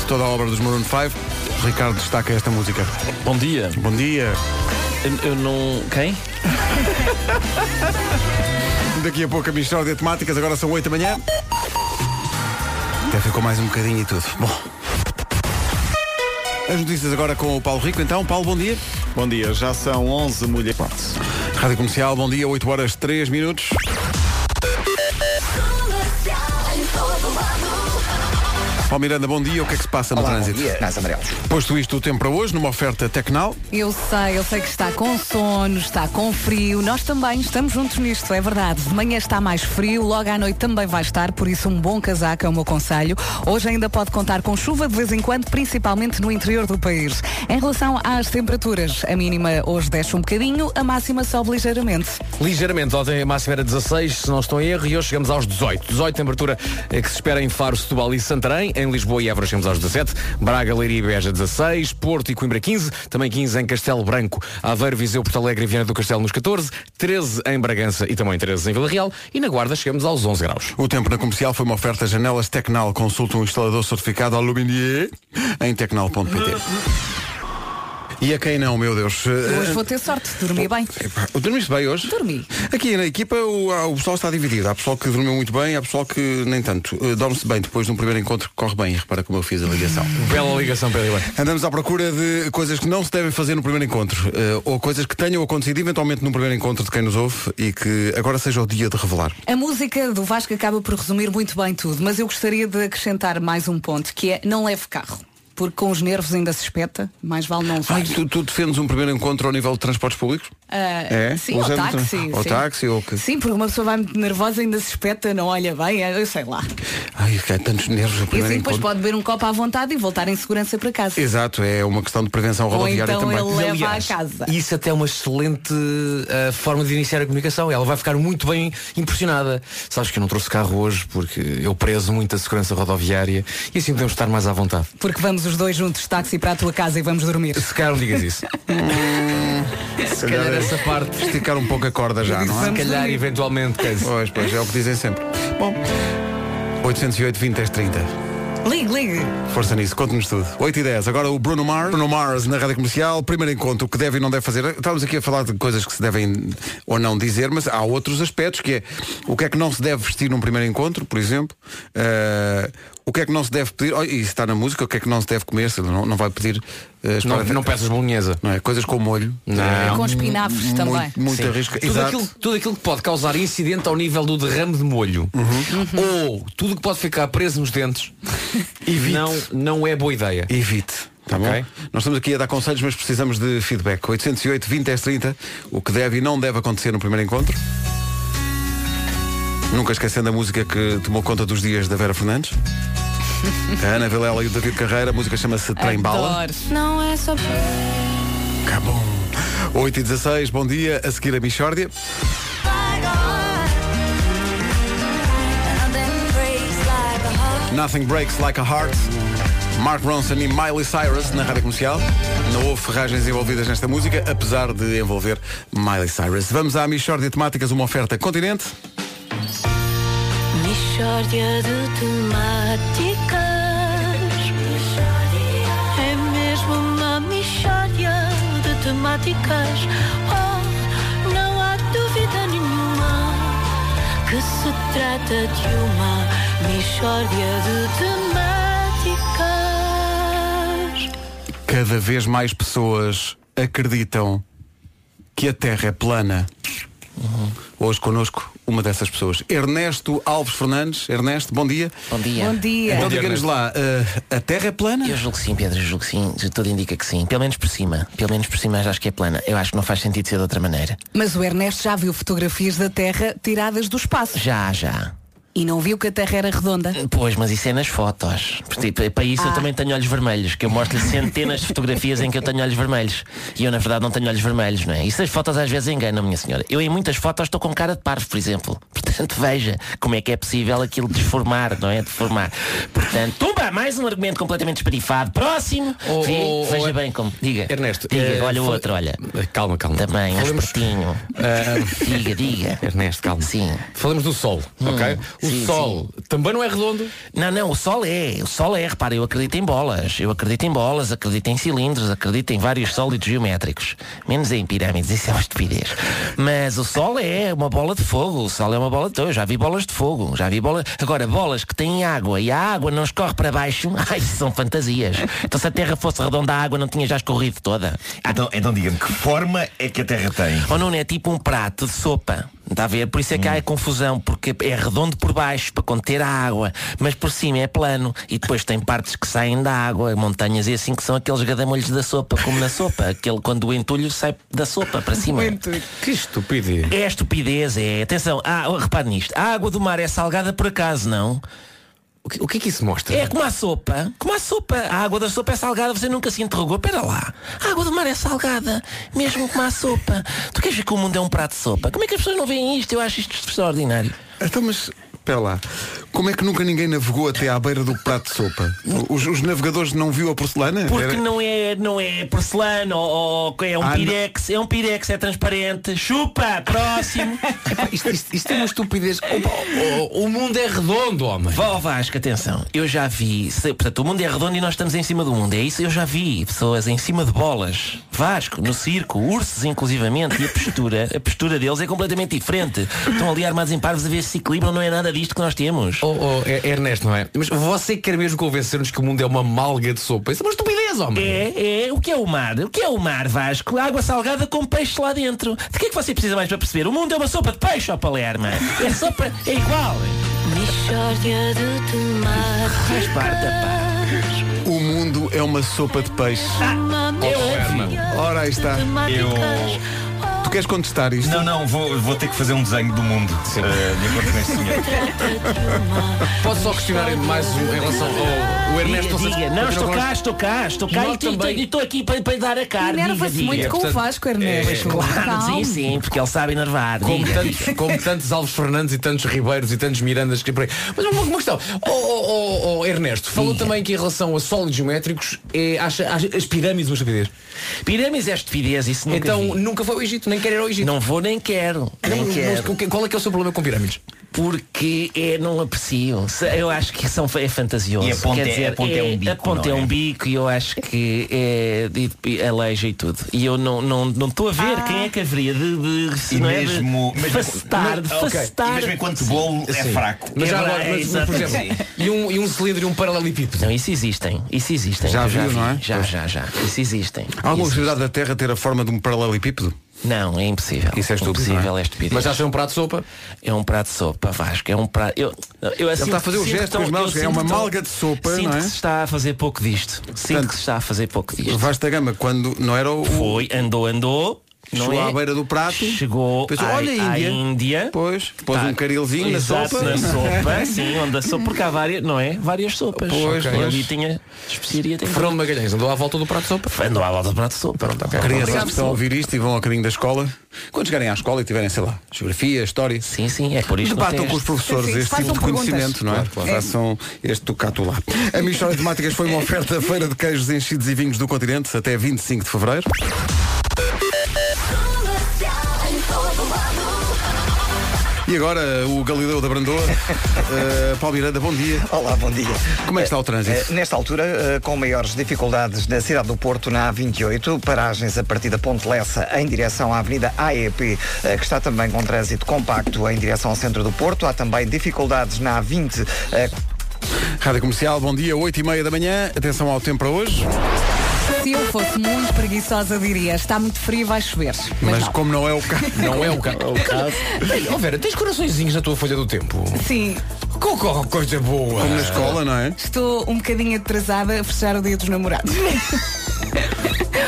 Speaker 1: De toda a obra dos Maroon 5, Ricardo destaca esta música.
Speaker 12: Bom dia.
Speaker 1: Bom dia.
Speaker 12: Eu, eu não. Quem?
Speaker 1: Daqui a pouco a minha história de temáticas, agora são 8 da manhã. Até ficou mais um bocadinho e tudo. Bom. As notícias agora com o Paulo Rico, então. Paulo, bom dia.
Speaker 6: Bom dia, já são 11 mulheres.
Speaker 1: Rádio Comercial, bom dia, 8 horas 3 minutos. Paulo Miranda, bom dia. O que é que se passa no trânsito?
Speaker 2: Nas amarelas.
Speaker 1: Posto isto o tempo para hoje, numa oferta Tecnal.
Speaker 3: Eu sei, eu sei que está com sono, está com frio. Nós também estamos juntos nisto, é verdade. De manhã está mais frio, logo à noite também vai estar, por isso um bom casaco é o meu conselho. Hoje ainda pode contar com chuva de vez em quando, principalmente no interior do país. Em relação às temperaturas, a mínima hoje desce um bocadinho, a máxima sobe ligeiramente.
Speaker 8: Ligeiramente, ontem a máxima era 16, se não estou em erro, e hoje chegamos aos 18. 18 temperatura eh, que se espera em Faro, Setúbal e Santarém. Em Lisboa e Évora chegamos aos 17. Braga, Leiria e Beja 16. Porto e Coimbra 15. Também 15 em Castelo Branco. Aveiro, Viseu, Porto Alegre e Viana do Castelo nos 14. 13 em Bragança e também 13 em Vila Real. E na Guarda chegamos aos 11 graus.
Speaker 1: O tempo na comercial foi uma oferta janelas Tecnal. Consulta um instalador certificado Aluminier em tecnal.pt. E a quem não, meu Deus?
Speaker 3: Eu Hoje vou ter sorte, dormi bem.
Speaker 1: Epá, Dormiste bem hoje?
Speaker 3: Dormi.
Speaker 1: Aqui na equipa o, há- o pessoal está dividido. Há pessoal que dormiu muito bem, há pessoal que nem tanto. Eh, Dorme-se bem depois de um primeiro encontro que corre bem. E repara como eu fiz a ligação.
Speaker 8: Bela ligação, Pedro Ivan.
Speaker 1: Andamos à procura de coisas que não se devem fazer no primeiro encontro. eh, ou coisas que tenham acontecido eventualmente no primeiro encontro de quem nos ouve e que agora seja o dia de revelar.
Speaker 3: A música do Vasco acaba por resumir muito bem tudo, mas eu gostaria de acrescentar mais um ponto, que é não leve carro. Porque com os nervos ainda se espeta, mais vale não
Speaker 1: Ai,
Speaker 3: levar.
Speaker 1: tu, tu defendes um primeiro encontro ao nível de transportes públicos?
Speaker 3: Ah,
Speaker 1: É?
Speaker 3: Sim, ou
Speaker 1: Usando-
Speaker 3: táxi.
Speaker 1: Ou
Speaker 3: sim.
Speaker 1: táxi ou que.
Speaker 3: Sim, porque uma pessoa vai muito nervosa, ainda se espeta, não olha bem, é, eu sei lá.
Speaker 1: Ai, que há tantos nervos no
Speaker 3: E
Speaker 1: primeiro
Speaker 3: assim depois
Speaker 1: encontro.
Speaker 3: pode beber um copo à vontade e voltar em segurança para casa.
Speaker 1: Exato, é uma questão de prevenção
Speaker 3: Ou
Speaker 1: rodoviária
Speaker 3: então
Speaker 1: também.
Speaker 3: ele leva
Speaker 8: Aliás,
Speaker 3: à casa.
Speaker 8: Isso até é uma excelente ah, forma de iniciar a comunicação. Ela vai ficar muito bem impressionada. Sabes que eu não trouxe carro hoje porque eu prezo muito a segurança rodoviária e assim podemos estar mais à vontade.
Speaker 3: Porque vamos os dois juntos táxi para a tua casa e vamos dormir.
Speaker 8: Se calhar não digas isso. Se calhar essa parte.
Speaker 1: Esticar um pouco a corda já, não é?
Speaker 8: Se calhar eventualmente. Case.
Speaker 1: Pois, pois, é o que dizem sempre. Bom, 808 20 10 30.
Speaker 3: Ligue, ligue.
Speaker 1: Força nisso, conte-nos tudo. 8 e 10, agora o Bruno Mars. Bruno Mars na Rádio Comercial, primeiro encontro, o que deve e não deve fazer. Estávamos aqui a falar de coisas que se devem ou não dizer, mas há outros aspectos, que é o que é que não se deve vestir num primeiro encontro, por exemplo, eh, o que é que não se deve pedir, oh, e isso está na música, o que é que não se deve comer, se não, não vai pedir eh,
Speaker 8: Não,
Speaker 1: esparadrap-
Speaker 8: não peças bolonhesa.
Speaker 1: Não é? Coisas com molho. Eh,
Speaker 8: Não.
Speaker 3: Com espinafres
Speaker 1: Hum, Muito-
Speaker 3: também.
Speaker 1: Muito
Speaker 8: Sim.
Speaker 1: arrisco.
Speaker 8: Tudo aquilo, tudo aquilo que pode causar incidente ao nível do derrame de molho
Speaker 13: Uhum.
Speaker 8: ou tudo que pode ficar preso nos dentes não, não é boa ideia.
Speaker 1: Evite. Tá bom?
Speaker 8: Ok.
Speaker 1: Nós estamos aqui a dar conselhos, mas precisamos de feedback. 808 20 10 30, o que deve e não deve acontecer no primeiro encontro. Nunca esquecendo a música que tomou conta dos dias da Vera Fernandes. A Ana Vilela e o David Carreira, a música chama-se Trem Bala.
Speaker 3: Adoro.
Speaker 5: Não é só.
Speaker 1: Cabum. 8 e 16, bom dia, a seguir a Michórdia. Nothing Breaks Like a Heart. Mark Ronson e Miley Cyrus na rádio comercial. Não houve ferragens envolvidas nesta música, apesar de envolver Miley Cyrus. Vamos à Michórdia de Temáticas, uma oferta continente.
Speaker 5: Mishória de temáticas. É mesmo uma mishória de temáticas. Oh, não
Speaker 14: que se trata de uma mistória de temáticas.
Speaker 1: Cada vez mais pessoas acreditam que a Terra é plana.
Speaker 15: Uhum.
Speaker 1: Hoje connosco uma dessas pessoas. Ernesto Alves Fernandes. Ernesto, bom dia. Bom
Speaker 3: dia. Bom dia.
Speaker 1: Então
Speaker 3: Bom dia,
Speaker 1: diga-nos lá, eh, a Terra é plana?
Speaker 13: Eu julgo que sim, Pedro, eu julgo que sim. De Tudo indica que sim. Pelo menos por cima. Pelo menos por cima acho que é plana. Eu acho que não faz sentido ser de outra maneira.
Speaker 3: Mas o Ernesto já viu fotografias da Terra tiradas do espaço.
Speaker 13: Já, já.
Speaker 3: E não viu que a Terra era redonda.
Speaker 13: Pois, mas isso é nas fotos. Tipo, para isso
Speaker 3: Ah.
Speaker 13: eu também tenho olhos vermelhos, que eu mostro-lhe centenas de fotografias em que eu tenho olhos vermelhos. E eu, na verdade, não tenho olhos vermelhos, não é? Isso as fotos às vezes enganam, minha senhora. Eu, em muitas fotos, estou com cara de parvo, por exemplo. Portanto, veja como é que é possível aquilo deformar, não é? Deformar. Portanto, tumba, mais um argumento completamente esparifado. Próximo. Ve-
Speaker 8: oh,
Speaker 13: veja
Speaker 8: oh,
Speaker 13: bem como. Diga.
Speaker 8: Ernesto,
Speaker 13: Diga,
Speaker 8: eh,
Speaker 13: olha o
Speaker 8: fa-
Speaker 13: outro, olha.
Speaker 8: Calma, calma.
Speaker 13: Também, um
Speaker 8: Falemos-
Speaker 13: espertinho. Diga, diga.
Speaker 8: Ernesto, calma.
Speaker 13: Sim.
Speaker 8: Falamos do Sol, ok? O
Speaker 13: Hum. sim,
Speaker 8: Sol também não é redondo?
Speaker 13: Não, não, o Sol é. O Sol é, repara, eu acredito em bolas. Eu acredito em bolas, acredito em cilindros, acredito em vários sólidos geométricos. Menos em pirâmides, isso é uma estupidez. Mas o Sol é uma bola de fogo. O Sol é uma bola de fogo. Eu Já vi bolas de fogo. Já vi bolas. Agora, bolas que têm água e a água não escorre para baixo. Ai, isso são fantasias. Então se a Terra fosse redonda, a água não tinha já escorrido toda.
Speaker 15: Então, então diga-me, que forma é que a Terra tem?
Speaker 13: Ou não é tipo um prato de sopa. Está a ver? Por isso é
Speaker 8: Hum.
Speaker 13: que há a confusão, porque é redondo por baixo para conter a água, mas por cima é plano e depois tem partes que saem da água, montanhas e assim que são aqueles gadamolhos da sopa, como na sopa, aquele quando o entulho sai da sopa para cima.
Speaker 8: Que estupidez.
Speaker 13: É estupidez, é. Atenção, ah, oh, repare nisto. A água do mar é salgada por acaso, não?
Speaker 8: O que, o que é que isso mostra?
Speaker 13: É como a sopa. Como a sopa. A água da sopa é salgada, você nunca se interrogou. Espera lá. A água do mar é salgada, mesmo como a sopa. Tu queres ver que o mundo é um prato de sopa? Como é que as pessoas não veem isto? Eu acho isto extraordinário.
Speaker 1: Então, mas espera lá. Como é que nunca ninguém navegou até à beira do prato de sopa? Os, os navegadores não viu a porcelana?
Speaker 13: Porque
Speaker 1: Era-
Speaker 13: não é, não é porcelana ou, ou é um
Speaker 1: Ah, não.
Speaker 13: pirex, é um pirex, é transparente. Chupa, próximo.
Speaker 8: isto, é uma estupidez. O, mundo é redondo, homem.
Speaker 13: Vá ao Vasco, atenção. Eu já vi. se- portanto, o mundo é redondo e nós estamos em cima do mundo. É isso? Eu já vi pessoas em cima de bolas. Vasco, no circo, ursos inclusivamente. E a postura, a postura deles é completamente diferente. Estão ali armados em parvos a ver se se equilibram. Não é nada disto que nós temos.
Speaker 8: Oh, oh, é- é Ernesto, não é? Mas você quer mesmo convencer-nos que o mundo é uma malga de sopa? Isso é uma estupidez, homem.
Speaker 13: É, é. O que é o mar? O que é o mar, Vasco? Água salgada com peixe lá dentro. De que é que você precisa mais para perceber? O mundo é uma sopa de peixe, ó Palerma. É sopa. É igual.
Speaker 14: Mistória de temáticas.
Speaker 1: O mundo é uma sopa de peixe.
Speaker 13: Ah, é
Speaker 14: Uma
Speaker 1: É
Speaker 14: mistória
Speaker 1: Ora, aí está.
Speaker 14: de temáticas.
Speaker 1: Tu queres contestar isto?
Speaker 15: Não, não, vou, vou ter que fazer um desenho do mundo. eh, de acordo com este senhor.
Speaker 8: Posso só questionar mais um, em relação ao o Ernesto?
Speaker 13: Diga, diga. Não, estou cá, estou cá, estou cá
Speaker 8: Nós
Speaker 13: e tu-
Speaker 8: também. é,
Speaker 13: e estou aqui para, para dar a cara.
Speaker 3: Enerva-se
Speaker 13: diga,
Speaker 3: muito
Speaker 13: diga.
Speaker 3: com o Portanto, Vasco, Ernesto.
Speaker 13: Pois, é, claro,
Speaker 3: Calma.
Speaker 13: sim, sim, porque ele sabe enervar.
Speaker 8: Como
Speaker 13: diga.
Speaker 8: tantos, como tantos Alves Fernandes e tantos Ribeiros e tantos Mirandas que por aí. Mas uma, uma questão. Oh, oh, oh, oh, Ernesto, falou também que em relação a sólidos geométricos é, acha, acha- as pirâmides uma estupidez.
Speaker 13: Pirâmides é estupidez, isso nunca
Speaker 8: Então
Speaker 13: vi.
Speaker 8: nunca foi ao Egito, nem quer ir ao Egito.
Speaker 13: Não vou nem quero. Nem
Speaker 8: Não, mas
Speaker 13: quero.
Speaker 8: o que- qual é que é o seu problema com pirâmides?
Speaker 13: Porque é, não aprecio. Se- Eu acho que são, é fantasioso.
Speaker 15: E a ponte
Speaker 13: Quer
Speaker 15: é-
Speaker 13: dizer,
Speaker 15: a ponte é um bico,
Speaker 13: A ponte é
Speaker 15: não é?
Speaker 13: um bico e eu acho que é e- e aleija e tudo. E eu não estou não, estou a
Speaker 8: Ah.
Speaker 13: ver quem é que haveria de, de se
Speaker 15: E
Speaker 13: não
Speaker 15: mesmo,
Speaker 13: é de
Speaker 15: mesmo-
Speaker 13: facetar, de
Speaker 15: Ah, ok.
Speaker 13: facetar.
Speaker 15: E mesmo enquanto bolo é
Speaker 13: Sim.
Speaker 15: fraco.
Speaker 8: Mas
Speaker 13: É
Speaker 8: já agora,
Speaker 13: verdade,
Speaker 8: mas, mas, por
Speaker 13: exatamente.
Speaker 8: exemplo, e um, e um cilindro e um paralelepípedo.
Speaker 13: Não, isso existem. Isso existem.
Speaker 1: Já
Speaker 13: Eu
Speaker 1: viu,
Speaker 13: vi.
Speaker 1: não é?
Speaker 13: Já, já, já. Isso existem.
Speaker 1: Há alguma
Speaker 13: Isso-
Speaker 1: possibilidade da Terra ter a forma de um paralelepípedo?
Speaker 13: Não, é impossível.
Speaker 1: Isso é estúpido,
Speaker 13: Impossível,
Speaker 1: não é?
Speaker 13: é estupidez.
Speaker 8: Mas já é um prato de sopa?
Speaker 13: É um prato de sopa, Vasco. É um prato. Eu, eu assim
Speaker 1: está a fazer o
Speaker 13: sinto
Speaker 1: gesto
Speaker 13: que estão-
Speaker 1: com as mãos,
Speaker 13: eu
Speaker 1: é
Speaker 13: sinto
Speaker 1: uma
Speaker 13: que estão-
Speaker 1: malga de sopa,
Speaker 13: sinto
Speaker 1: não é?
Speaker 13: que se está a fazer pouco disto. Sinto que se está a fazer pouco disto.
Speaker 1: Vasta gama, quando não era o.
Speaker 13: Foi, andou, andou. Não
Speaker 1: Chegou
Speaker 13: é?
Speaker 1: à beira do prato.
Speaker 13: Chegou
Speaker 1: Pensou,
Speaker 13: à-
Speaker 1: olha a Índia.
Speaker 13: à Índia.
Speaker 1: Pois, pôs
Speaker 13: Tá.
Speaker 1: um carilzinho na
Speaker 13: Exato,
Speaker 1: sopa.
Speaker 13: na sopa, sim, onde a sopa, porque há várias, não é? Várias sopas.
Speaker 1: Pois,
Speaker 13: E
Speaker 1: pois.
Speaker 13: ali tinha especiaria. Tem...
Speaker 8: Fernando Magalhães andou à volta do prato de sopa?
Speaker 13: Andou à volta do prato de sopa. Pronto, ok.
Speaker 1: Crianças
Speaker 13: Obrigado,
Speaker 1: que estão a ouvir isto e vão ao caminho da escola, quando chegarem à escola e tiverem, sei lá, geografia, história,
Speaker 13: Sim, sim, é por isso que não
Speaker 1: debatam
Speaker 13: tem
Speaker 1: com os
Speaker 13: este-
Speaker 1: professores
Speaker 3: Sim,
Speaker 1: este
Speaker 3: façam
Speaker 1: tipo de
Speaker 3: perguntas.
Speaker 1: conhecimento, não é?
Speaker 8: Claro, claro.
Speaker 1: Façam este tocato lá. A Mistória de Temáticas foi uma oferta da Feira de Queijos Enchidos e Vinhos do Continente até 25 de Fevereiro. E agora o Galileu da Brandoa. Uh, Paulo Miranda, bom dia.
Speaker 2: Olá, bom dia.
Speaker 1: Como é que está o trânsito?
Speaker 2: Eh, Nesta altura, eh, com maiores dificuldades na cidade do Porto, na A28, paragens a partir da Ponte Lessa em direção à Avenida AEP, eh, que está também com trânsito compacto em direção ao centro do Porto. Há também dificuldades na A20. eh,
Speaker 1: Rádio Comercial, bom dia, 8 e meia da manhã. Atenção ao tempo para hoje.
Speaker 3: Se eu fosse muito preguiçosa, diria: está muito frio e vai chover.
Speaker 1: Mas, como não é o caso.
Speaker 8: Não é o caso.
Speaker 1: Não é o caso.
Speaker 8: Ó Vera, tens coraçõezinhos na tua folha do tempo?
Speaker 3: Sim,
Speaker 8: Co- co- Coisa boa.
Speaker 1: Como na escola, não é?
Speaker 3: estou um bocadinho atrasada a fechar o dia dos namorados.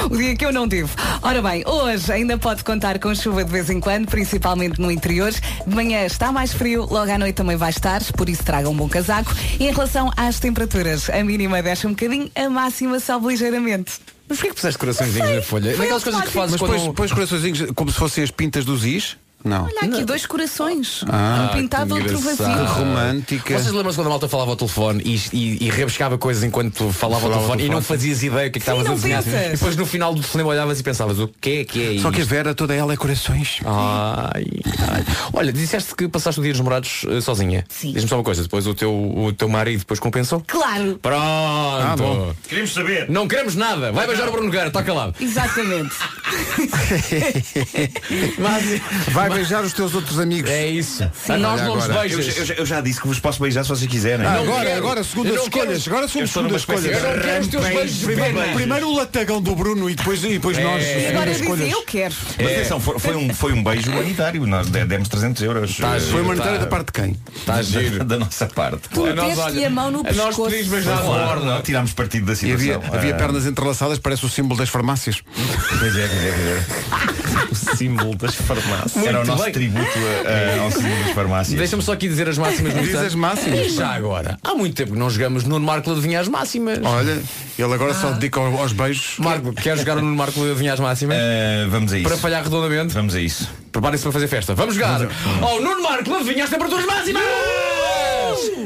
Speaker 3: O dia que eu não tive. Ora bem, hoje ainda pode contar com chuva de vez em quando, principalmente no interior. De manhã está mais frio, logo à noite também vai estar, por isso traga um bom casaco. E em relação às temperaturas, a mínima desce um bocadinho, a máxima sobe ligeiramente.
Speaker 8: Mas porquê que puseste coraçõezinhos na folha?
Speaker 3: foi
Speaker 8: Daquelas coisas que
Speaker 3: automático.
Speaker 8: fazes
Speaker 1: Mas pões,
Speaker 8: quando...
Speaker 1: pões coraçõezinhos como se fossem as pintas dos is? Não.
Speaker 3: Olha aqui, dois corações.
Speaker 1: Ah,
Speaker 3: um pintado,
Speaker 1: que
Speaker 3: outro
Speaker 1: engraçado.
Speaker 3: vazio.
Speaker 1: Que romântica.
Speaker 8: Vocês lembram-se quando a malta falava ao telefone e, e, e rebuscava coisas enquanto falava, ao telefone e não fazias ideia o que é que estavas a
Speaker 3: não
Speaker 8: desenhar?
Speaker 3: pensas.
Speaker 8: E depois no final do telefonema olhavas e pensavas o que é que é
Speaker 1: Só
Speaker 8: isto?
Speaker 1: que a Vera, toda ela é corações.
Speaker 8: Ai, ai. Olha, disseste que passaste o dia dos namorados eh, sozinha.
Speaker 3: Sim.
Speaker 8: Diz-me só uma coisa, depois o teu, o teu marido depois compensou?
Speaker 3: Claro,
Speaker 8: Pronto. Ah,
Speaker 1: Ah, bom.
Speaker 15: Queremos saber.
Speaker 8: Não queremos nada. Vai beijar o Bruno Nogueira, está calado.
Speaker 3: exatamente.
Speaker 1: Vai beijar os teus outros amigos.
Speaker 8: É isso. A nós
Speaker 1: Olha
Speaker 8: não nos
Speaker 1: agora.
Speaker 15: Eu,
Speaker 8: beijas.
Speaker 15: eu já- eu já disse que vos posso beijar se vocês quiserem.
Speaker 1: Ah,
Speaker 15: Não,
Speaker 1: agora,
Speaker 8: quero.
Speaker 1: agora,
Speaker 8: Eu
Speaker 1: segundas
Speaker 8: não quero.
Speaker 1: escolhas. Agora somos
Speaker 15: estou
Speaker 1: segundas
Speaker 15: numa espécie
Speaker 1: escolhas.
Speaker 8: Eu não quero os teus
Speaker 15: Rampeiros,
Speaker 8: beijos de
Speaker 15: primeiro
Speaker 8: pena.
Speaker 15: beijo.
Speaker 1: Primeiro o latagão do Bruno e depois, e depois nós.
Speaker 3: E
Speaker 8: É,
Speaker 1: segundas
Speaker 3: agora
Speaker 1: É, escolhas. É.
Speaker 3: dizem, eu quero.
Speaker 15: Mas atenção, foi, foi um, foi um beijo humanitário. Nós de- demos 300 euros. eh,
Speaker 1: Foi humanitária
Speaker 15: tá-
Speaker 1: da parte de quem?
Speaker 8: Está giro.
Speaker 15: Da nossa parte.
Speaker 3: Tu deste-lhe a mão no
Speaker 8: a nós
Speaker 3: pescoço.
Speaker 8: pedimos beijar
Speaker 15: Claro,
Speaker 8: a borda.
Speaker 15: não, tirámos partido da
Speaker 1: E
Speaker 15: situação.
Speaker 1: havia, havia
Speaker 8: eh,
Speaker 15: Ah,
Speaker 1: pernas entrelaçadas, parece o símbolo das farmácias.
Speaker 15: Pois é, pois é, pois é. O símbolo das farmácias. Era o
Speaker 8: Muito
Speaker 15: nosso
Speaker 8: bem.
Speaker 15: tributo
Speaker 1: eh,
Speaker 15: a- a- ao símbolo das farmácias.
Speaker 8: Deixa-me só aqui dizer as máximas no
Speaker 1: Diz
Speaker 8: instante.
Speaker 1: as máximas.
Speaker 8: E já agora. Há muito tempo que não jogamos Nuno Marco adivinha as máximas. Ah.
Speaker 1: Olha, ele agora só dedica ao- aos beijos.
Speaker 8: Marco, quer jogar o Nuno Marco adivinha as máximas?
Speaker 15: Ah, vamos a isso.
Speaker 8: Para falhar redondamente.
Speaker 15: Vamos a isso.
Speaker 8: Preparem-se para fazer festa. Vamos jogar ao Nuno Marco adivinha as temperaturas máximas.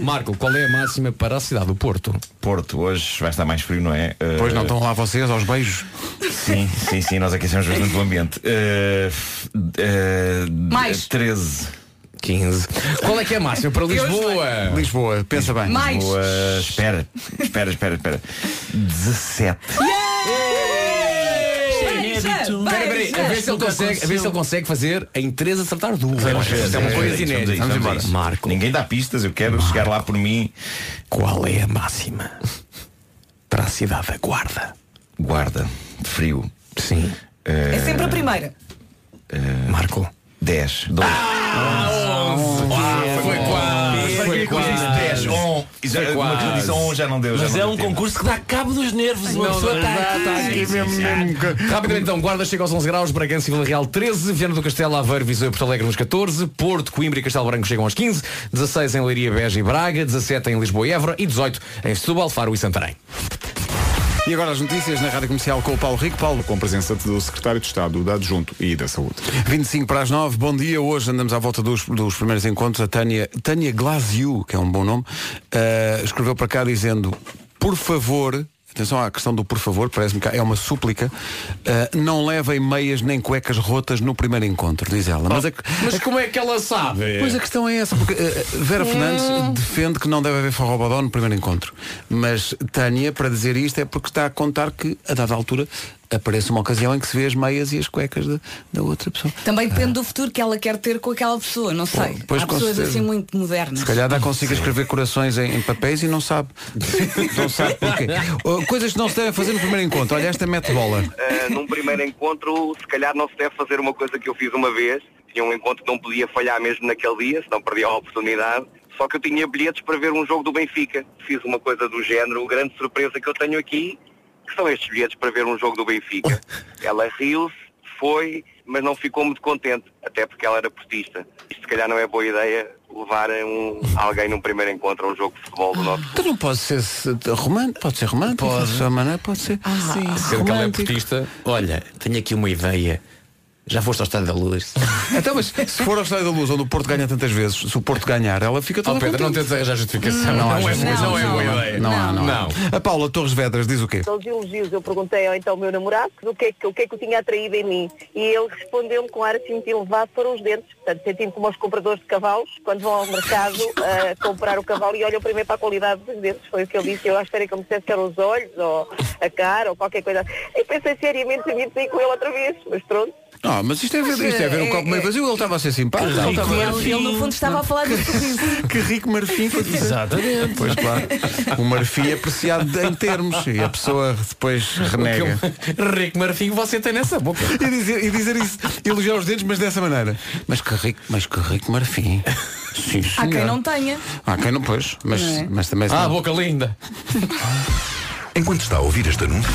Speaker 8: Marco, qual é a máxima para a cidade do Porto?
Speaker 15: Porto, hoje vai estar mais frio, não é? Ah,
Speaker 1: Pois não estão lá vocês, aos beijos.
Speaker 15: Sim, sim, sim, nós aquecemos bastante o ambiente. Ah, f- ah,
Speaker 3: Mais.
Speaker 15: 13.
Speaker 8: 15. Qual é que é a máxima para Lisboa?
Speaker 1: Lisboa, pensa bem.
Speaker 3: Mais.
Speaker 15: Boa, espera, espera, espera, espera. 17.
Speaker 8: Espera, espera aí, a ver se ele consegue, a ver se ele consegue fazer em 3 acertar duas. Isto é uma
Speaker 15: Vamos
Speaker 8: coisa
Speaker 15: a isso, vamos a
Speaker 8: inédita.
Speaker 15: isso, vamos a isso.
Speaker 8: Marco,
Speaker 15: Ninguém dá pistas, eu quero chegar lá por mim.
Speaker 8: qual é a máxima para a cidade da Guarda?
Speaker 15: Guarda, frio. Eh,
Speaker 8: Sim.
Speaker 3: É sempre a primeira.
Speaker 8: Marco.
Speaker 15: 10, 12. Ah,
Speaker 8: Foi quase. Ah, Foi quase.
Speaker 15: 10, 11. Isso é- Uma pessoa disse 11, já não deu. já
Speaker 12: Mas
Speaker 15: não
Speaker 12: é
Speaker 15: deu
Speaker 12: um
Speaker 15: tempo.
Speaker 12: concurso que dá cabo dos nervos. Uma pessoa
Speaker 8: tá
Speaker 12: está
Speaker 1: tá
Speaker 12: aqui.
Speaker 15: Sim, sim, sim.
Speaker 8: Rapidamente então, Guarda chega aos 11 graus, Bragança e Vila Real 13, Viana do Castelo, Aveiro, Viseu e Porto Alegre nos 14, Porto, Coimbra e Castelo Branco chegam aos 15, 16 em Leiria, Beja e Braga, 17 em Lisboa e Évora e 18 em Setúbal, Faro e Santarém.
Speaker 1: E agora as notícias na Rádio Comercial com o Paulo Rico. Paulo,
Speaker 6: Com presença do secretário de Estado, da Adjunto e da Saúde.
Speaker 1: 25 para as 9, bom dia. Hoje andamos à volta dos, dos primeiros encontros. A Tânia, Tânia Glaziu, que é um bom nome, eh, escreveu para cá dizendo, por favor, atenção à questão do por favor, parece-me que é uma súplica, eh, não levem meias nem cuecas rotas no primeiro encontro, diz ela. Mas, a,
Speaker 8: Oh, Mas como é que ela sabe?
Speaker 1: pois a questão é essa, porque eh, Vera Fernandes defende que não deve haver forrobadó no primeiro encontro. Mas Tânia, para dizer isto, é porque está a contar que, a dada altura, aparece uma ocasião em que se vê as meias e as cuecas da- da outra pessoa.
Speaker 3: Também depende do futuro que ela quer ter com aquela pessoa, não sei.
Speaker 1: pois,
Speaker 3: Há
Speaker 1: com
Speaker 3: pessoas
Speaker 1: certeza.
Speaker 3: assim muito modernas.
Speaker 1: Se calhar dá consigo escrever corações em, em papéis e não sabe. não sabe porquê. Oh, Coisas que não se devem fazer no primeiro encontro. Olha, esta mete bola.
Speaker 16: Uh, num primeiro encontro, se calhar não se deve fazer uma coisa que eu fiz uma vez. Tinha um encontro que não podia falhar mesmo naquele dia, senão perdia a oportunidade. Só que eu tinha bilhetes para ver um jogo do Benfica. Fiz uma coisa do género. A grande surpresa que eu tenho aqui, que são estes bilhetes para ver um jogo do Benfica. Ela riu-se, foi, mas não ficou muito contente, até porque ela era portista. Isto se calhar não é boa ideia levar um, alguém num primeiro encontro a um jogo de futebol do nosso
Speaker 1: Então não pode ser se- romântico, pode Ah, ser romântico, pode, sua maneira, pode ser. é
Speaker 3: sim.
Speaker 1: Romântico.
Speaker 8: Olha, tenho aqui uma ideia.
Speaker 13: Já foste ao Estádio da Luz.
Speaker 1: Então, mas se for ao Estádio da Luz, onde o Porto ganha tantas vezes, se o Porto ganhar, ela fica toda
Speaker 8: Oh, Pedro, não
Speaker 1: contente.
Speaker 8: tentes arranjar justificação.
Speaker 1: Não há
Speaker 8: é
Speaker 1: justificação.
Speaker 8: não é boa ideia.
Speaker 1: Não há, não há.
Speaker 8: Não.
Speaker 1: A Paula Torres Vedras diz o quê?
Speaker 17: Aos elogios, eu perguntei ao então meu namorado do que é que, o que é que o tinha atraído em mim. E ele respondeu-me com ar assim muito elevado para os dentes. Portanto, senti-me como os compradores de cavalos, quando vão ao mercado a comprar o cavalo e olham primeiro para a qualidade dos dentes. Foi o que ele disse. Eu à espera que ele me dissesse que eram os olhos, ou a cara, ou qualquer coisa. E pensei seriamente em ir sair com ele outra vez. Mas pronto.
Speaker 1: Não, mas Então, isto é ver,
Speaker 17: Mas,
Speaker 1: isto é ver um
Speaker 17: é-
Speaker 1: copo meio vazio, ele estava a ser simpático.
Speaker 17: Ele-
Speaker 1: estava-
Speaker 17: ele, ele, no fundo estava a falar do sorriso.
Speaker 1: Que rico marfim foi dizer.
Speaker 13: Exatamente.
Speaker 1: Pois claro. O marfim é apreciado em termos e a pessoa depois renega.
Speaker 8: Rico Marfim, você tem nessa boca.
Speaker 1: E dizer, e dizer isso, elogiar os dentes, mas dessa maneira. Mas que rico, mas que rico marfim. Sim,
Speaker 3: Há quem
Speaker 1: senhor.
Speaker 3: não tenha.
Speaker 1: Há quem não, pois, mas,
Speaker 3: Não é?
Speaker 1: mas também
Speaker 8: Ah, boca linda.
Speaker 18: Enquanto está a ouvir este anúncio.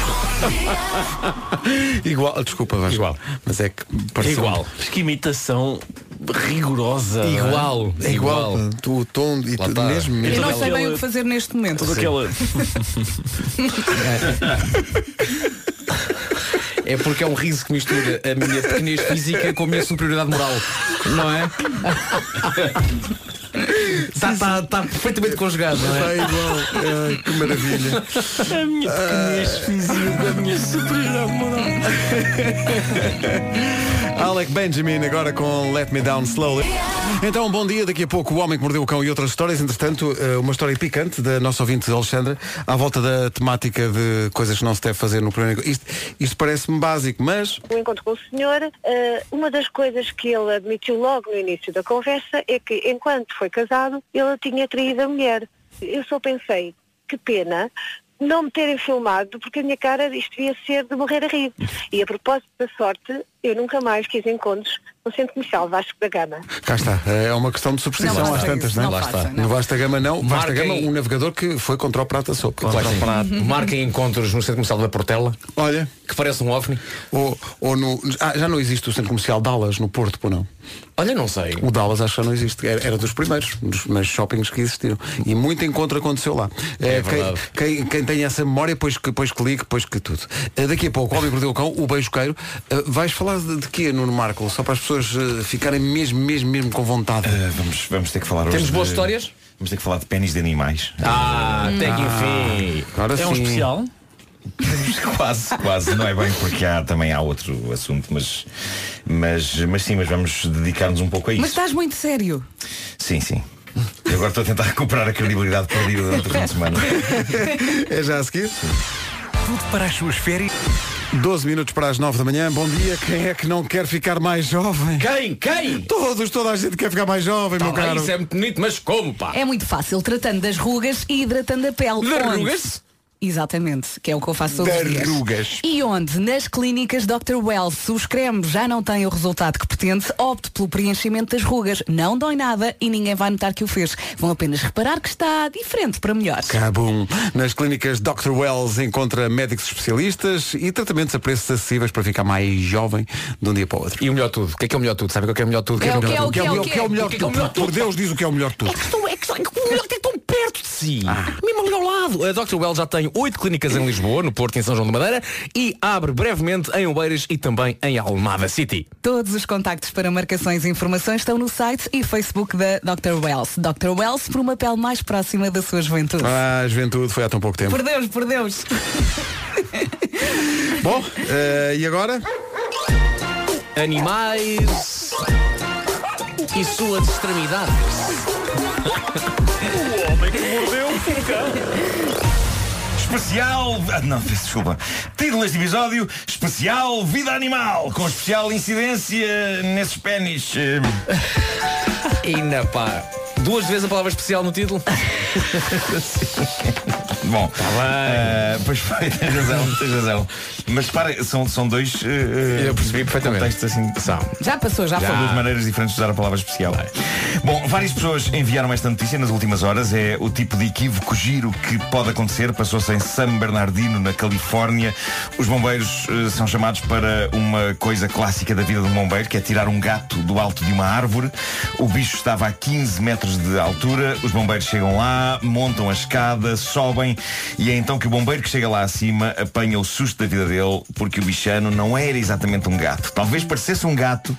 Speaker 1: Igual, desculpa, Vasco. Igual. Mas é que pareceu.
Speaker 12: Igual. Mas que imitação rigorosa. não é?
Speaker 1: Igual. É igual. Tu, o tom e tudo mesmo.
Speaker 3: Eu
Speaker 1: mesmo.
Speaker 3: não sei bem o que fazer neste momento.
Speaker 12: Toda aquela.
Speaker 8: É porque é um riso que mistura a minha pequenez física com a minha superioridade moral. Não é? Está tá, tá perfeitamente conjugado, não
Speaker 1: Está
Speaker 8: é?
Speaker 1: tá igual. Ai, que maravilha. Ah,
Speaker 12: A minha pequenez física, a minha superioridade moral.
Speaker 1: Alec Benjamin agora com Let Me Down Slowly. Então, bom dia. Daqui a pouco o Homem que Mordeu o Cão e outras histórias. Entretanto, eh, uma história picante da nossa ouvinte Alexandra à volta da temática de coisas que não se deve fazer no primeiro encontro. Isto, isto parece-me básico, mas...
Speaker 19: O Um encontro com o senhor, eh, uma das coisas que ele admitiu logo no início da conversa é que, enquanto foi casado, ele tinha traído a mulher. Eu só pensei, que pena não me terem filmado, porque a minha cara isto devia ser de morrer a rir. E a propósito da sorte, eu nunca mais quis encontros no centro comercial Vasco da Gama.
Speaker 1: Cá está. É uma questão de
Speaker 19: Não
Speaker 1: superstição
Speaker 19: façam
Speaker 1: às tantas,
Speaker 19: isso,
Speaker 1: não é?
Speaker 19: não Lá façam, está.
Speaker 1: No Vasta Gama não. Vasta
Speaker 8: Marquem-
Speaker 1: Gama, um navegador que foi contra o prato da sopa.
Speaker 8: Claro, sim.
Speaker 19: Uhum.
Speaker 8: Marquem encontros no centro comercial da Portela.
Speaker 1: Olha.
Speaker 8: Que parece um OVNI.
Speaker 1: Ou, ou no. ah, já não existe o centro comercial Dallas no Porto, ou não?
Speaker 8: Olha, não sei.
Speaker 1: O Dallas acho que já não existe. Era, era dos primeiros, dos primeiros shoppings que existiram. E muito encontro aconteceu lá.
Speaker 8: É
Speaker 1: Eh,
Speaker 8: verdade.
Speaker 1: quem, quem, quem tem essa memória, pois que, pois que ligue, pois que tudo. Eh, daqui a pouco, o Homem que Mordeu o Cão, o Beijoqueiro. Eh, vais falar de, de quê, Nuno Marco? Só para as pessoas eh, ficarem mesmo, mesmo, mesmo com vontade.
Speaker 8: Eh,
Speaker 15: vamos, vamos ter que falar
Speaker 1: Temos
Speaker 15: hoje
Speaker 1: boas
Speaker 15: de-
Speaker 1: histórias?
Speaker 15: Vamos ter que falar de pênis de animais.
Speaker 8: Ah,
Speaker 15: até que enfim.
Speaker 1: Agora
Speaker 15: É um
Speaker 1: sim.
Speaker 15: especial? quase, quase. Não é bem porque há, também há outro assunto, mas, mas, mas sim, mas vamos dedicar-nos um pouco a isso.
Speaker 3: Mas estás muito sério.
Speaker 15: Sim, sim. Eu agora estou a tentar recuperar a credibilidade perdida durante o fim de semana.
Speaker 1: É já a seguir?
Speaker 18: Tudo para as suas férias.
Speaker 1: 12 minutos para as 9 da manhã. Bom dia. Quem é que não quer ficar mais jovem?
Speaker 8: Quem? Quem?
Speaker 1: Todos, toda a gente quer ficar mais jovem, meu
Speaker 8: Tá bem,
Speaker 1: caro.
Speaker 8: isso é muito bonito, mas como, pá?
Speaker 3: É muito fácil, tratando das rugas e hidratando a pele.
Speaker 8: Das
Speaker 3: Onde?
Speaker 8: rugas?
Speaker 3: Exatamente, que é o que eu faço todos
Speaker 8: Das
Speaker 3: os dias.
Speaker 8: rugas.
Speaker 3: E onde? Nas clínicas Dr. Wells, se os cremes já não têm o resultado que pretende, opte pelo preenchimento das rugas. Não dói nada e ninguém vai notar que o fez. Vão apenas reparar que está diferente para melhor.
Speaker 1: Cabum. Nas clínicas Dr. Wells encontra médicos especialistas e tratamentos a preços acessíveis para ficar mais jovem de um dia para o outro.
Speaker 8: E o melhor tudo. O que é que é o melhor tudo? Sabe o que é o melhor tudo?
Speaker 1: O que é
Speaker 8: o
Speaker 1: o
Speaker 8: melhor tudo?
Speaker 1: que é o que é o melhor
Speaker 8: que é o melhor
Speaker 1: tudo? Por Deus diz o que é o melhor tudo.
Speaker 8: Então, é que, é que o melhor tem tão perto de si. Mesmo ali ao lado. A Dr. Well já tem oito clínicas em Lisboa, no Porto e em São João de Madeira e abre brevemente em Oeiras e também em Almada City.
Speaker 3: Todos os contactos para marcações e informações estão no site e Facebook da Dr. Wells. Dr. Wells por uma pele mais próxima da sua juventude.
Speaker 1: Ah, a juventude foi há tão pouco tempo.
Speaker 3: Por Deus, por Deus.
Speaker 1: Bom, eh, e agora?
Speaker 8: Animais e suas extremidades.
Speaker 15: O homem que mordeu o cão. Especial. ah, Não, peço desculpa. Título deste episódio: Especial Vida Animal, com especial incidência nesses pênis.
Speaker 8: E na pá. Duas vezes a palavra especial no título.
Speaker 15: Bom, ah, pois foi, tens razão, tens razão. Mas para, são, são dois. Eu percebi perfeitamente. Contextos assim, são.
Speaker 3: Já passou, já,
Speaker 15: São duas
Speaker 3: foi.
Speaker 15: maneiras diferentes de usar a palavra especial. Bom, várias pessoas enviaram esta notícia nas últimas horas. É o tipo de equívoco giro que pode acontecer. Passou-se em San Bernardino, na Califórnia. Os bombeiros eh, são chamados para uma coisa clássica da vida de um bombeiro, que é tirar um gato do alto de uma árvore. O bicho estava a 15 metros de altura. Os bombeiros chegam lá, montam a escada, sobem, homem. E é então que o bombeiro que chega lá acima apanha o susto da vida dele, porque o bichano não era exatamente um gato. Talvez parecesse um gato,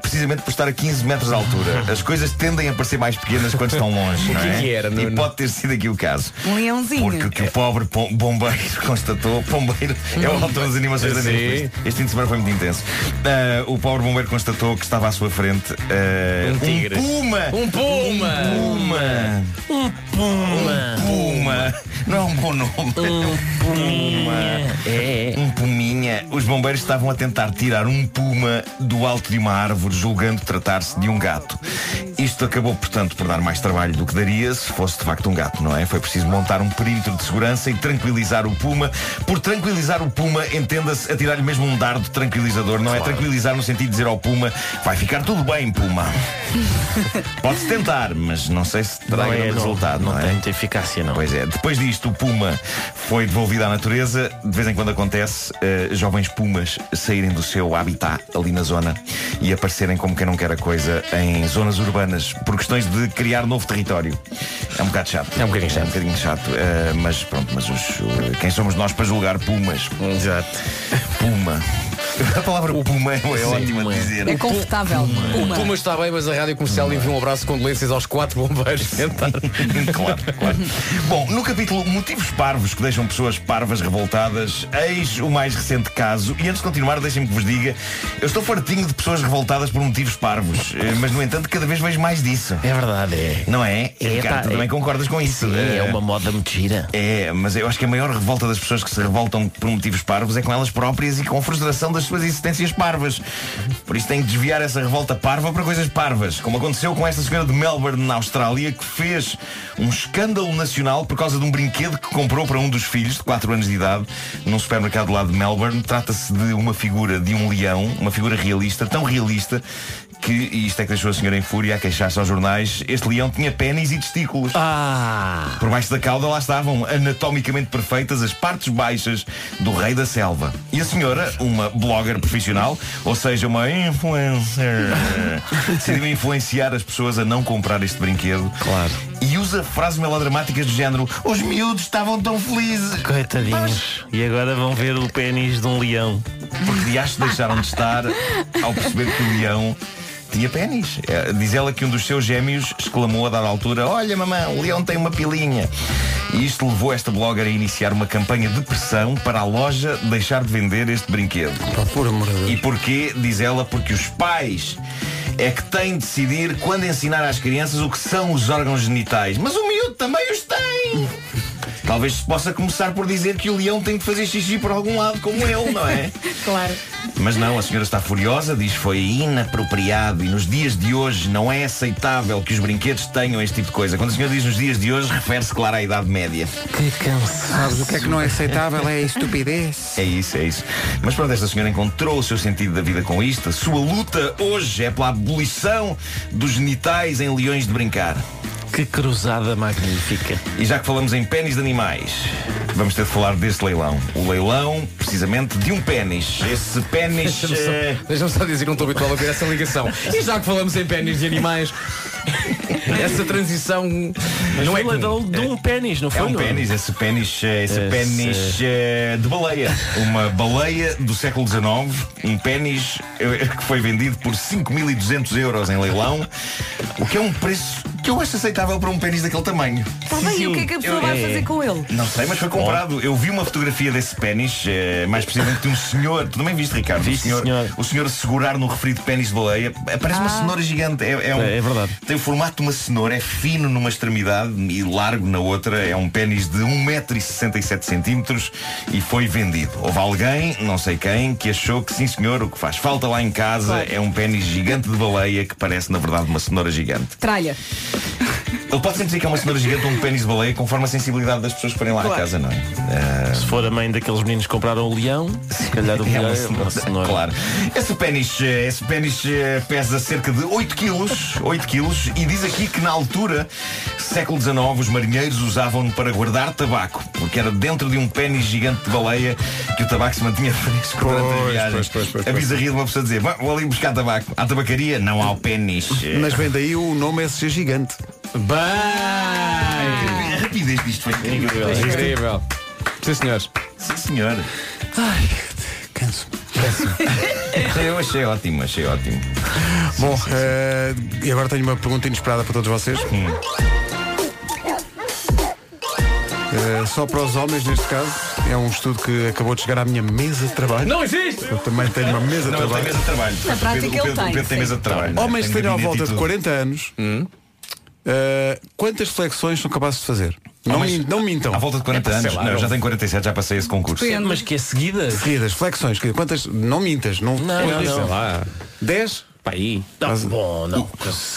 Speaker 15: precisamente por estar a 15 metros de altura. As coisas tendem a parecer mais pequenas quando estão longe,
Speaker 8: O
Speaker 15: não
Speaker 8: que
Speaker 15: é?
Speaker 8: que era,
Speaker 15: e
Speaker 8: Nuno?
Speaker 15: pode ter sido aqui o caso.
Speaker 3: Um
Speaker 15: Porque
Speaker 3: leãozinho.
Speaker 15: o que o pobre pom- bombeiro constatou, bombeiro é o autor das animações da
Speaker 8: Sim.
Speaker 15: Netflix. Este fim de semana foi muito intenso. Ah, o pobre bombeiro constatou que estava à sua frente ah, um
Speaker 8: tigre.
Speaker 15: puma.
Speaker 8: Um puma.
Speaker 15: Puma.
Speaker 13: Um puma.
Speaker 15: Puma. Não é um bom nome. Um puma. Um puminha. Os bombeiros estavam a tentar tirar um puma do alto de uma árvore, julgando tratar-se de um gato. Isto acabou, portanto, por dar mais trabalho do que daria se fosse de facto um gato, não é? Foi preciso montar um perímetro de segurança e tranquilizar o puma. Por tranquilizar o puma, entenda-se atirar-lhe mesmo um dardo tranquilizador, não é? Tranquilizar no sentido de dizer ao puma, vai ficar tudo bem, puma. Pode-se tentar, mas não sei se terá
Speaker 13: Não é,
Speaker 15: grande
Speaker 13: não.
Speaker 15: resultado. Não, tem muita eficácia, não. Pois é. Depois disto, o puma foi devolvido à natureza. De vez em quando acontece eh, jovens pumas saírem do seu habitat ali na zona e aparecerem como quem não quer a coisa em zonas urbanas por questões de criar novo território. É um bocado chato. É um bocadinho chato. eh, mas pronto, mas os- o- quem somos nós para julgar pumas? Exato. Puma. A palavra puma é ótima de dizer.
Speaker 3: É confortável.
Speaker 8: O Puma está bem, mas a Rádio Comercial envia um abraço de condolências aos quatro bombeiros que tentaram.
Speaker 15: claro, claro. Bom, no capítulo Motivos Parvos que deixam pessoas parvas revoltadas, eis o mais recente caso. E antes de continuar, deixem-me que vos diga, eu estou fartinho de pessoas revoltadas por motivos parvos, eh, mas no entanto cada vez vejo mais disso. É verdade, é. Não é?
Speaker 13: É,
Speaker 15: Ricardo,
Speaker 13: pá,
Speaker 15: tu também
Speaker 13: é-
Speaker 15: concordas com isso.
Speaker 13: Sim, é uma
Speaker 15: moda muito gira. É, mas eu acho que a maior revolta das pessoas que se revoltam por motivos parvos é com elas próprias e com a frustração das suas existências parvas. Por isso tem que desviar essa revolta parva para coisas parvas, como aconteceu com esta senhora de Melbourne, na Austrália, que fez um escândalo nacional por causa de um brinquedo que comprou para um dos filhos de 4 anos de idade num supermercado lá de Melbourne. Trata-se de uma figura de um leão, uma figura realista, tão realista que, e isto é que deixou a senhora em fúria a queixar-se aos jornais, este leão tinha pênis e testículos. Ah! Por baixo da cauda lá estavam, anatomicamente perfeitas, as partes baixas do rei da selva. E a senhora, uma blogger profissional, ou seja, uma influencer, decidiu influenciar as pessoas a não comprar este brinquedo. Claro. E usa frases melodramáticas do género Os miúdos estavam tão felizes.
Speaker 20: Coitadinhos. E agora vão ver o pênis de um leão.
Speaker 15: Porque de acho deixaram de estar ao perceber que o leão tinha pênis. É, Diz ela que um dos seus gêmeos exclamou a dada altura Olha mamãe, o leão tem uma pilinha. E isto levou esta blogger a iniciar uma campanha de pressão para a loja deixar de vender este brinquedo. E porquê? Diz ela, porque os pais é que têm de decidir quando ensinar às crianças o que são os órgãos genitais. Mas o miúdo também os tem! Talvez se possa começar por dizer que o leão tem de fazer xixi por algum lado, como eu, não é?
Speaker 20: Claro.
Speaker 15: Mas não, a senhora está furiosa, diz que foi inapropriado e nos dias de hoje não é aceitável que os brinquedos tenham este tipo de coisa. Quando a senhora diz nos dias de hoje, refere-se, claro, à Idade Média.
Speaker 1: Que cansaço. Sabes o que é que não é aceitável? É a estupidez.
Speaker 15: É isso, é isso. Mas pronto, esta senhora encontrou o seu sentido da vida com isto. A sua luta hoje é pela abolição dos genitais em leões de brincar. Que cruzada magnífica. E já que falamos em pênis de animais, vamos ter de falar deste leilão. O leilão, precisamente, de um pênis. Esse pênis.
Speaker 8: Deixa-me só-
Speaker 15: eh,
Speaker 8: É Deixa-me só dizer que não estou habituado a ouvir essa ligação. E já que falamos em pênis de animais, essa transição não é leilão de um pênis, não
Speaker 15: É um pênis, esse pênis, eh, esse
Speaker 8: Esse-
Speaker 15: pênis eh, de baleia. Uma baleia do século XIX, um pênis eh, que foi vendido por 5.200 euros em leilão, o que é um preço que eu acho aceitável para um pênis daquele tamanho.
Speaker 3: Está bem, e o que é que a pessoa
Speaker 15: Eu-
Speaker 3: vai
Speaker 15: é.
Speaker 3: fazer com ele?
Speaker 15: Não sei, mas foi comprado. Eu vi uma fotografia desse pênis, eh, mais precisamente de um senhor. Tu também viste, Ricardo? o, senhor, o senhor segurar no referido pênis de baleia. Parece uma
Speaker 20: Ah.
Speaker 15: cenoura gigante. É, um-
Speaker 20: É, é verdade.
Speaker 15: Tem o formato de uma cenoura, é fino numa extremidade e largo na outra. É um pênis de 1,67m e foi vendido. Houve alguém, não sei quem, que achou que sim senhor, o que faz falta lá em casa é um pênis gigante de baleia que parece, na verdade, uma cenoura gigante.
Speaker 3: Tralha.
Speaker 15: Ele pode sempre dizer que é uma cenoura gigante ou um pênis de baleia conforme a sensibilidade das pessoas que forem lá a
Speaker 20: Claro.
Speaker 15: casa, não é?
Speaker 20: Se for a mãe daqueles meninos que compraram o leão, se calhar o
Speaker 15: É
Speaker 20: leão
Speaker 15: uma
Speaker 20: é uma
Speaker 15: cenoura,
Speaker 20: cenoura.
Speaker 15: Claro. Esse pênis, eh, esse pênis eh, pesa cerca de 8 quilos, 8 quilos, e diz aqui que na altura, século XIX, os marinheiros usavam-no para guardar tabaco, porque era dentro de um pênis gigante de baleia que o tabaco se mantinha fresco durante as viagens. a bizarria de uma pessoa dizer, "Vá, vou ali buscar tabaco. Há tabacaria? Não há o pênis. Eh,
Speaker 1: Mas vem daí o nome SG Gigante.
Speaker 8: Bem!
Speaker 15: gravidez Ah, é disto foi incrível.
Speaker 8: Incrível. Sim, senhor.
Speaker 15: Sim, senhor.
Speaker 1: Ai, canso.
Speaker 15: Eu achei ótimo, achei ótimo.
Speaker 1: Bom, eh, e agora tenho uma pergunta inesperada para todos vocês. Eh, só para os homens, neste caso, é um estudo que acabou de chegar à minha mesa de trabalho.
Speaker 8: Não existe!
Speaker 1: Eu também tenho uma mesa de
Speaker 15: Não, ele tem
Speaker 1: trabalho.
Speaker 15: mesa de trabalho.
Speaker 3: Na prática,
Speaker 15: o Pedro,
Speaker 3: ele
Speaker 15: o Pedro,
Speaker 3: tem,
Speaker 15: o Pedro tem
Speaker 3: sim.
Speaker 15: mesa de trabalho.
Speaker 1: Homens que
Speaker 15: Tem
Speaker 1: tenham à
Speaker 15: gabinete
Speaker 1: volta
Speaker 15: e
Speaker 1: de
Speaker 15: tudo. Hum?
Speaker 1: 40 anos, eh, quantas flexões são capazes de fazer? Não,
Speaker 15: Homens-
Speaker 1: min- não
Speaker 8: Então,
Speaker 1: mintam.
Speaker 15: À volta de
Speaker 8: é
Speaker 15: 40 anos. não, eu já tenho 47, já passei esse concurso.
Speaker 20: Mas que é seguida.
Speaker 1: Seguidas, flexões, querido. quantas? Não mintas, não.
Speaker 20: Não, não,
Speaker 1: sei
Speaker 20: não.
Speaker 1: lá. 10?
Speaker 20: Pá, aí. Não, bom, não.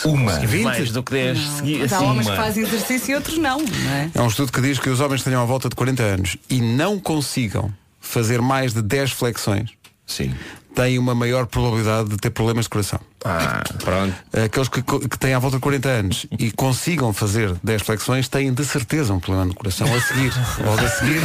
Speaker 15: Uma.
Speaker 20: Mais do que 10
Speaker 3: Mas há homens que fazem exercício e outros não, não é?
Speaker 1: É um estudo que diz que os homens que tenham à volta de 40 anos e não consigam fazer mais de 10 flexões
Speaker 15: Sim.
Speaker 1: têm uma maior probabilidade de ter problemas de coração.
Speaker 15: Ah,
Speaker 8: pronto.
Speaker 1: Aqueles que, co- que têm à volta de 40 anos e consigam fazer 10 flexões têm de certeza um problema no coração a seguir. Logo a seguir,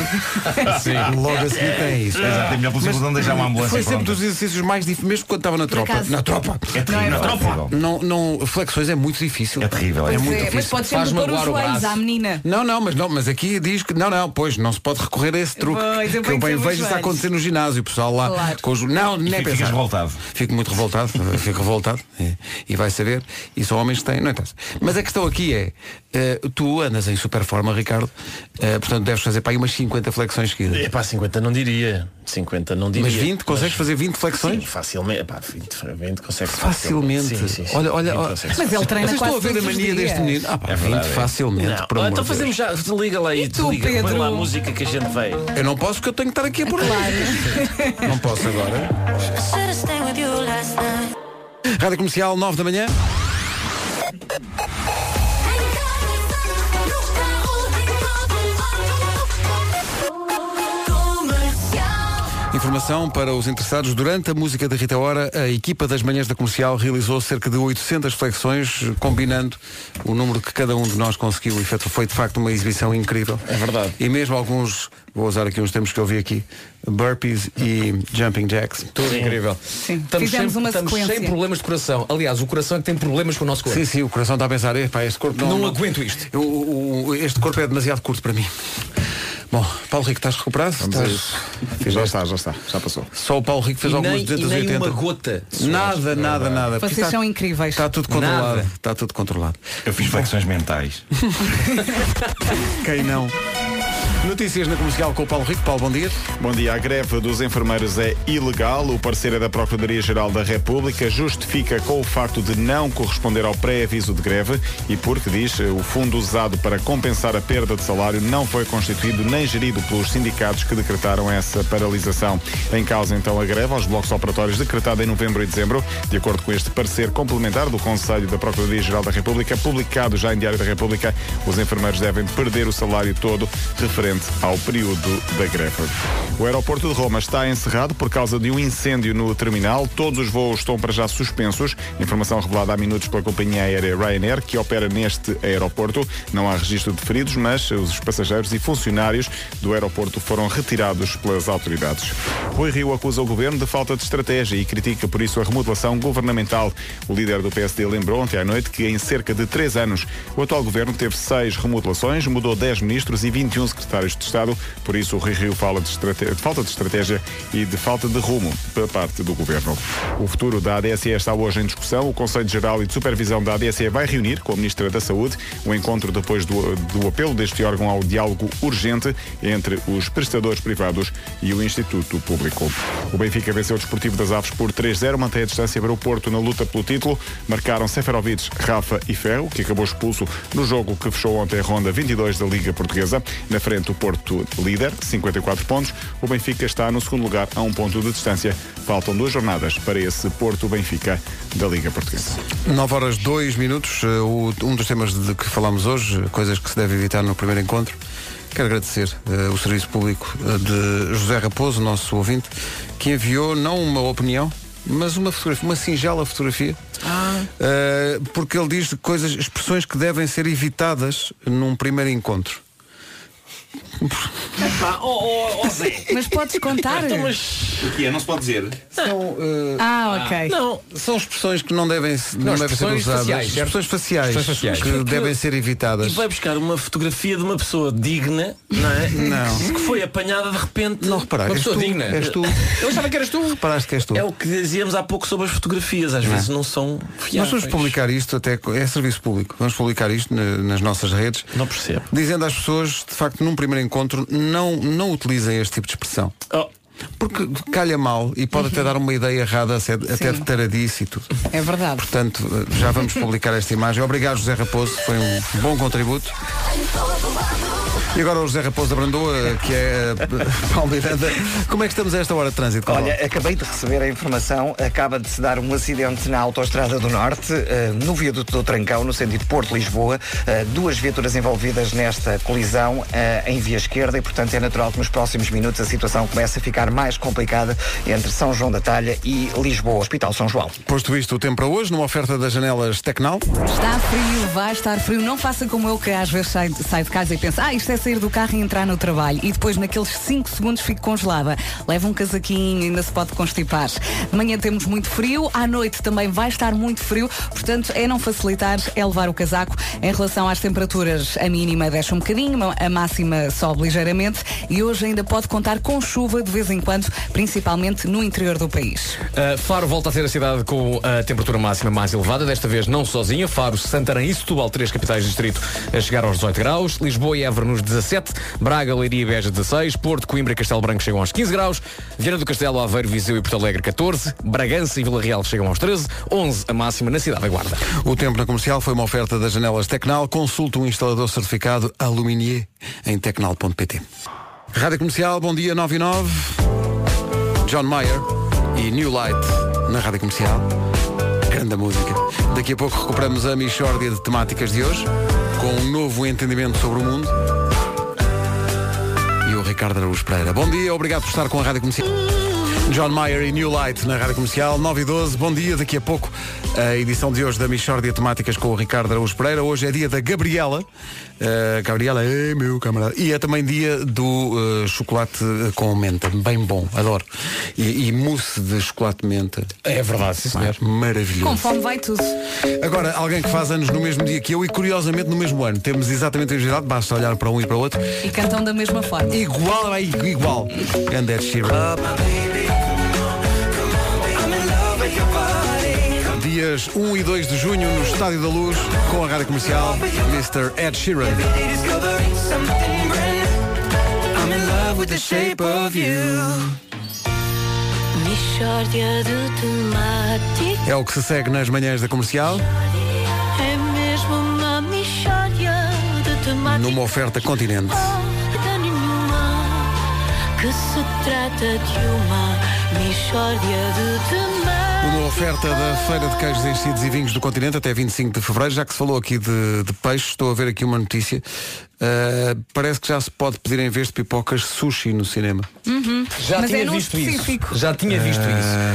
Speaker 15: Sim.
Speaker 1: logo a seguir têm isso.
Speaker 15: Exato, é melhor possível não deixar uma ambulância
Speaker 1: Foi sempre
Speaker 15: pronta.
Speaker 1: dos exercícios mais difíceis, mesmo quando estava na tropa.
Speaker 3: acaso.
Speaker 1: Na tropa.
Speaker 15: É terrível.
Speaker 1: Na
Speaker 15: é terrível.
Speaker 1: tropa. Não, não, flexões é muito difícil.
Speaker 15: É terrível.
Speaker 1: É
Speaker 15: É
Speaker 1: muito
Speaker 3: É, mas
Speaker 1: difícil.
Speaker 3: pode sempre
Speaker 8: Faz-me
Speaker 3: pôr os
Speaker 8: aguar o
Speaker 3: joelhos
Speaker 8: braço.
Speaker 3: à menina.
Speaker 1: Não, não, mas não, mas aqui diz que não, não, pois não se pode recorrer a esse truque.
Speaker 3: Pois, eu
Speaker 1: que eu
Speaker 3: ponho
Speaker 1: bem
Speaker 3: sempre os
Speaker 1: vejo isso a
Speaker 3: joelhos.
Speaker 1: acontecer no ginásio, o pessoal lá
Speaker 3: Claro.
Speaker 1: com os não, nem
Speaker 15: Ficas
Speaker 1: pensar.
Speaker 15: revoltado.
Speaker 1: Fico muito revoltado, fico revoltado é, e vai saber, e são homens que têm, não interessa. Mas a questão aqui é, eh, tu andas em super forma, Ricardo, eh, portanto deves fazer para aí umas 50 flexões seguidas.
Speaker 20: É pá, 50 não diria. 50 não diria.
Speaker 1: Mas 20, consegues fazer 20 flexões?
Speaker 20: Sim, facilmente. Pá, 20, 20 consegue
Speaker 1: Facilmente.
Speaker 20: É Sim, sim, sim.
Speaker 1: Olha, olha,
Speaker 20: 20
Speaker 1: ó,
Speaker 20: consegue.
Speaker 3: Mas ele treina
Speaker 1: Vocês estão
Speaker 3: quase
Speaker 1: a ver a
Speaker 3: todos os
Speaker 1: mania
Speaker 3: dias.
Speaker 1: deste menino? Ah, pá,
Speaker 15: É verdade,
Speaker 1: 20
Speaker 15: é.
Speaker 1: facilmente,
Speaker 20: Não.
Speaker 1: por amor
Speaker 20: então
Speaker 1: de
Speaker 20: fazemos já, liga lá e
Speaker 3: tu,
Speaker 20: desliga. Põe
Speaker 3: Pedro?
Speaker 20: lá a música que a gente vai.
Speaker 1: Deus. Eu não posso porque eu tenho que estar aqui a por claro. Não posso agora.
Speaker 14: Should've stayed with you last night.
Speaker 1: Rádio Comercial, 9 da manhã. Informação para os interessados. Durante a música da Rita Ora, a equipa das manhãs da comercial realizou cerca de 800 flexões, combinando o número que cada um de nós conseguiu. E foi de facto uma exibição incrível.
Speaker 20: É verdade.
Speaker 1: E mesmo alguns, vou usar aqui uns termos que eu vi aqui, burpees e jumping jacks.
Speaker 8: Tudo incrível.
Speaker 3: Sim, fizemos
Speaker 8: sempre, um-
Speaker 3: uma
Speaker 8: estamos
Speaker 3: sequência.
Speaker 8: sem problemas de coração. Aliás, o coração é que tem problemas com o nosso corpo.
Speaker 1: Sim, sim, o coração está a pensar, epá, este corpo não,
Speaker 8: Não aguento isto.
Speaker 1: Eu- o- o- este corpo é demasiado curto para mim. Bom, Paulo Rico, estás recuperado? Estás-
Speaker 6: Já está, já está, já passou.
Speaker 1: Só o Paulo Rico fez
Speaker 8: E
Speaker 1: alguns
Speaker 8: nem, e nem
Speaker 1: 280.
Speaker 8: uma gota. de suor.
Speaker 1: Nada, nada, nada.
Speaker 3: Vocês
Speaker 1: Porque está-
Speaker 3: são incríveis.
Speaker 1: Está tudo controlado. Está tudo controlado.
Speaker 15: Eu fiz flexões mentais.
Speaker 1: Quem não? Notícias na comercial com o Paulo Rico. Paulo, bom dia.
Speaker 6: Bom dia. A greve dos enfermeiros é ilegal. O parecer é da Procuradoria-Geral da República justifica com o facto de não corresponder ao pré-aviso de greve e porque diz eh, o fundo usado para compensar a perda de salário não foi constituído nem gerido pelos sindicatos que decretaram essa paralisação. Em causa então a greve aos blocos operatórios decretada em novembro e dezembro, de acordo com este parecer complementar do Conselho da Procuradoria-Geral da República, publicado já em Diário da República, os enfermeiros devem perder o salário todo referente ao período da greve. O aeroporto de Roma está encerrado por causa de um incêndio no terminal. Todos os voos estão para já suspensos. Informação revelada há minutos pela companhia aérea Ryanair, que opera neste aeroporto. Não há registro de feridos, mas os passageiros e funcionários do aeroporto foram retirados pelas autoridades. Rui Rio acusa o governo de falta de estratégia e critica por isso a remodelação governamental. O líder do PSD lembrou ontem à noite que em cerca de três anos o atual governo teve seis remodelações, mudou 10 ministros e 21 secretários de Estado. Por isso o Rui Rio fala de, estrate- de falta de estratégia e de falta de rumo pela parte do governo. O futuro da ADSE está hoje em discussão. O Conselho Geral e de Supervisão da ADSE vai reunir com a Ministra da Saúde o encontro depois do, do apelo deste órgão ao diálogo urgente entre os prestadores privados e o Instituto Público. O Benfica venceu o Desportivo das Aves por 3-0, mantém a distância para o Porto na luta pelo título. Marcaram Seferovic, Rafa e Ferro, que acabou expulso no jogo que fechou ontem a ronda 22 da Liga Portuguesa. Na frente, o Porto líder, 54 pontos. O Benfica está no segundo lugar, a um ponto de distância. Faltam duas jornadas para esse Porto-Benfica da Liga Portuguesa.
Speaker 1: 9 horas 2 minutos. eh, o- um dos temas de que falámos hoje, eh, coisas que se deve evitar no primeiro encontro. Quero agradecer eh, o serviço público eh, de José Raposo, nosso ouvinte, que enviou não uma opinião, mas uma fotografia, uma singela fotografia.
Speaker 3: Ah.
Speaker 1: Eh, porque ele diz coisas, expressões que devem ser evitadas num primeiro encontro.
Speaker 9: Pá, oh, oh, oh, Zé.
Speaker 3: Mas podes contar?
Speaker 9: Então, mas-
Speaker 15: O que é? Não se pode dizer?
Speaker 1: São, eh,
Speaker 3: Ah, ok.
Speaker 1: Não, são expressões que não devem, se- não
Speaker 20: Não,
Speaker 1: devem ser
Speaker 20: expressões
Speaker 1: usadas.
Speaker 20: faciais, certo?
Speaker 1: expressões faciais.
Speaker 20: Expressões faciais.
Speaker 1: Que devem ser
Speaker 20: E
Speaker 1: evitadas.
Speaker 20: vai buscar uma fotografia de uma pessoa digna, não é?
Speaker 1: Não.
Speaker 20: Que foi apanhada de repente. Não
Speaker 1: reparar,
Speaker 20: Uma
Speaker 1: és
Speaker 20: pessoa
Speaker 1: tu,
Speaker 20: digna.
Speaker 1: és tu.
Speaker 20: Eu achava que eras tu.
Speaker 1: Reparaste que és tu.
Speaker 20: É o que dizíamos há pouco sobre as fotografias. Às vezes não são
Speaker 1: Nós
Speaker 20: fiáveis.
Speaker 1: vamos publicar isto até co- é serviço público. Vamos publicar isto na- nas nossas redes.
Speaker 20: Não percebo.
Speaker 1: Dizendo às pessoas, de facto, num primeiro encontro, não não utilizem este tipo de expressão.
Speaker 20: Oh.
Speaker 1: Porque calha mal e pode
Speaker 20: Uhum.
Speaker 1: até dar uma ideia errada, até até de taradice e tudo.
Speaker 3: É verdade.
Speaker 1: Portanto, eh, já vamos publicar esta imagem. Obrigado, José Raposo, foi um bom contributo. E agora o José Raposo da Brandoa, que é eh, Paulo Miranda. Como é que estamos a esta hora de trânsito? Paulo?
Speaker 2: Olha, acabei de receber a informação, acaba de se dar um acidente na Autostrada do Norte, eh, no viaduto do Trancão, no sentido Porto-Lisboa. Eh, duas viaturas envolvidas nesta colisão eh, em via esquerda e, portanto, é natural que nos próximos minutos a situação comece a ficar mais complicada entre São João da Talha e Lisboa, Hospital São João.
Speaker 1: Posto isto o tempo para hoje, numa oferta das janelas Tecnal.
Speaker 3: Está frio, vai estar frio. Não faça como eu que às vezes sai, sai de casa e pensa, ah, isto é sair do carro e entrar no trabalho. E depois naqueles 5 segundos fico congelada. Leva um casaquinho, ainda se pode constipar. De manhã temos muito frio, à noite também vai estar muito frio, portanto é não facilitar, é levar o casaco. Em relação às temperaturas, a mínima desce um bocadinho, a máxima sobe ligeiramente e hoje ainda pode contar com chuva de vez em quando, principalmente no interior do país.
Speaker 8: Uh, Faro volta a ser a cidade com a temperatura máxima mais elevada, desta vez não sozinha. Faro, Santarém e Setúbal, três capitais de distrito, a chegar aos 18 graus. Lisboa e Évora nos 17. Braga, Leiria e Beja 16. Porto, Coimbra e Castelo Branco chegam aos 15 graus. Viana do Castelo, Aveiro, Viseu e Porto Alegre 14. Bragança e Vila Real chegam aos 13. 11 a máxima na cidade da Guarda.
Speaker 1: O tempo na comercial foi uma oferta das janelas Tecnal. Consulte um instalador certificado Aluminier em tecnal.pt. Rádio Comercial, bom dia 99. John Mayer e New Light na Rádio Comercial. Grande música. Daqui a pouco recuperamos a Michórdia de temáticas de hoje, com um novo entendimento sobre o mundo. E o Ricardo Araújo Pereira. Bom dia, obrigado por estar com a Rádio Comercial. John Mayer e New Light na Rádio Comercial, 9 e 12. Bom dia, daqui a pouco a edição de hoje da Michórdia de Temáticas com o Ricardo Araújo Pereira. Hoje é dia da Gabriela. Eh, Gabriela é meu camarada. E é também dia do eh, chocolate com menta. Bem bom, adoro. E, e mousse de chocolate de menta.
Speaker 8: É verdade, sim, senhor.
Speaker 1: Maravilhoso.
Speaker 3: Com fome vai tudo.
Speaker 1: Agora, alguém que faz anos no mesmo dia que eu e curiosamente no mesmo ano. Temos exatamente a mesma idade, basta olhar para um e para o outro.
Speaker 3: E cantam da mesma forma.
Speaker 1: Igual, é igual. And Ed Sheeran. Dias 1 e 2 de junho no Estádio da Luz com a Rádio Comercial Mr. Ed Sheeran.
Speaker 14: Mishória de temáticas
Speaker 1: É o que se segue nas manhãs da comercial,
Speaker 14: É mesmo uma mishória de temáticas
Speaker 1: numa oferta continente.
Speaker 14: de nenhuma Que se trata de uma mishória de temáticas
Speaker 1: Uma oferta da Feira de Queijos Enchidos e Vinhos do Continente até 25 de Fevereiro. Já que se falou aqui de, de peixe, estou a ver aqui uma notícia. Uh, parece que já se pode pedir em vez de pipocas sushi no cinema.
Speaker 3: Uhum.
Speaker 8: Já
Speaker 3: Mas
Speaker 8: tinha
Speaker 3: é num
Speaker 8: visto
Speaker 3: específico.
Speaker 8: isso. Já tinha visto
Speaker 1: Eh,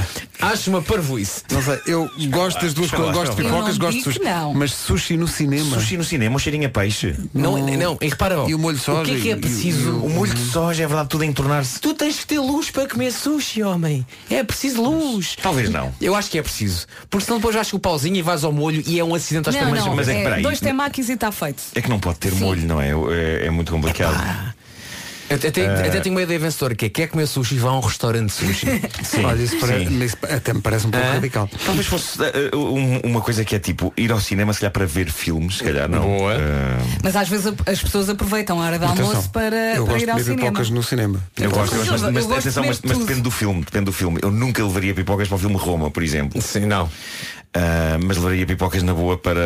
Speaker 8: isso. Acho uma parvoíce.
Speaker 1: Não sei, eu gosto das duas coisas. Gosto de pipocas, gosto de sushi. Mas sushi no cinema.
Speaker 15: Sushi no cinema, um cheirinho a peixe.
Speaker 8: Não, não, e repara, ó,
Speaker 15: E o molho de soja
Speaker 8: O que é que
Speaker 15: e-
Speaker 8: é preciso?
Speaker 15: e o- O molho de soja, é verdade, tudo a entornar-se.
Speaker 9: Tu tens que ter luz para comer sushi, homem. É preciso luz.
Speaker 15: Talvez não.
Speaker 8: Eu acho que é preciso. Porque senão depois vais com o pauzinho e vais ao molho e é um acidente aos
Speaker 3: Não,
Speaker 8: tamanhos.
Speaker 3: não,
Speaker 15: mas é que,
Speaker 3: é,
Speaker 15: peraí.
Speaker 3: dois temakis e está feito.
Speaker 15: É que não pode ter molho, não é? É, é muito complicado.
Speaker 8: Eu Até, tenho-
Speaker 15: Eh.
Speaker 8: até tenho uma ideia vencedora que é quer comer sushi e vá a um restaurante de sushi.
Speaker 15: Sim,
Speaker 1: Olha, isso, pare-
Speaker 15: sim.
Speaker 1: isso até me parece um pouco
Speaker 15: Ah.
Speaker 1: radical.
Speaker 15: Talvez fosse eh, um- uma coisa que é tipo ir ao cinema, se calhar para ver filmes, se calhar não. Ah. Boa.
Speaker 3: Mas às vezes a- as pessoas aproveitam a hora de almoço para,
Speaker 15: eu
Speaker 3: para
Speaker 15: gosto
Speaker 3: ir
Speaker 15: de
Speaker 3: ao
Speaker 15: ver
Speaker 3: cinema.
Speaker 1: pipocas no cinema.
Speaker 15: Eu gosto,
Speaker 3: gosto,
Speaker 15: mas, mas-
Speaker 3: eu
Speaker 15: mas-
Speaker 3: gosto de
Speaker 15: atenção,
Speaker 3: ver
Speaker 15: mas, mas
Speaker 3: tudo.
Speaker 15: depende do filme, depende do filme. Eu nunca levaria pipocas para o filme Roma, por exemplo. Ah,
Speaker 8: Sim, não.
Speaker 15: mas levaria pipocas na boa para.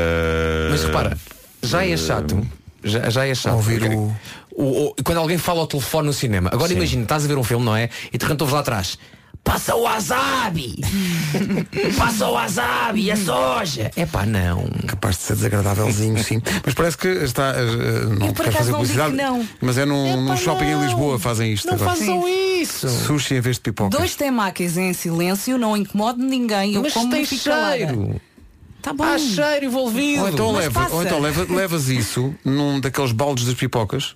Speaker 8: Mas repara, já é chato. Já, já é chato.
Speaker 1: Ouvir
Speaker 8: porque- o- o- quando alguém fala ao telefone no cinema. Agora
Speaker 15: Sim.
Speaker 8: imagina, estás a ver um filme, não é? E de repente ouves lá atrás. Passa o wasabi! Passa o wasabi, a soja! É pá, não.
Speaker 1: Capaz de ser desagradávelzinho, sim. Mas parece que está. eh, eh, não
Speaker 8: Eu, por
Speaker 1: quero
Speaker 8: acaso,
Speaker 1: fazer
Speaker 8: não digo
Speaker 1: publicidade.
Speaker 8: que não.
Speaker 1: Mas é num, num shopping em Lisboa fazem isto
Speaker 3: Não
Speaker 1: agora.
Speaker 3: façam
Speaker 1: Sim.
Speaker 8: isso.
Speaker 1: Sushi em vez de pipoca.
Speaker 3: Dois temakis em silêncio, não incomodo ninguém. Eu
Speaker 8: Mas
Speaker 3: como
Speaker 8: tem
Speaker 3: e fico calada.
Speaker 8: cheiro.
Speaker 3: Tá bom.
Speaker 8: Há cheiro envolvido.
Speaker 1: Ou então,
Speaker 8: Mas
Speaker 1: leva,
Speaker 8: passa.
Speaker 1: ou então leva- levas isso num daqueles baldes das pipocas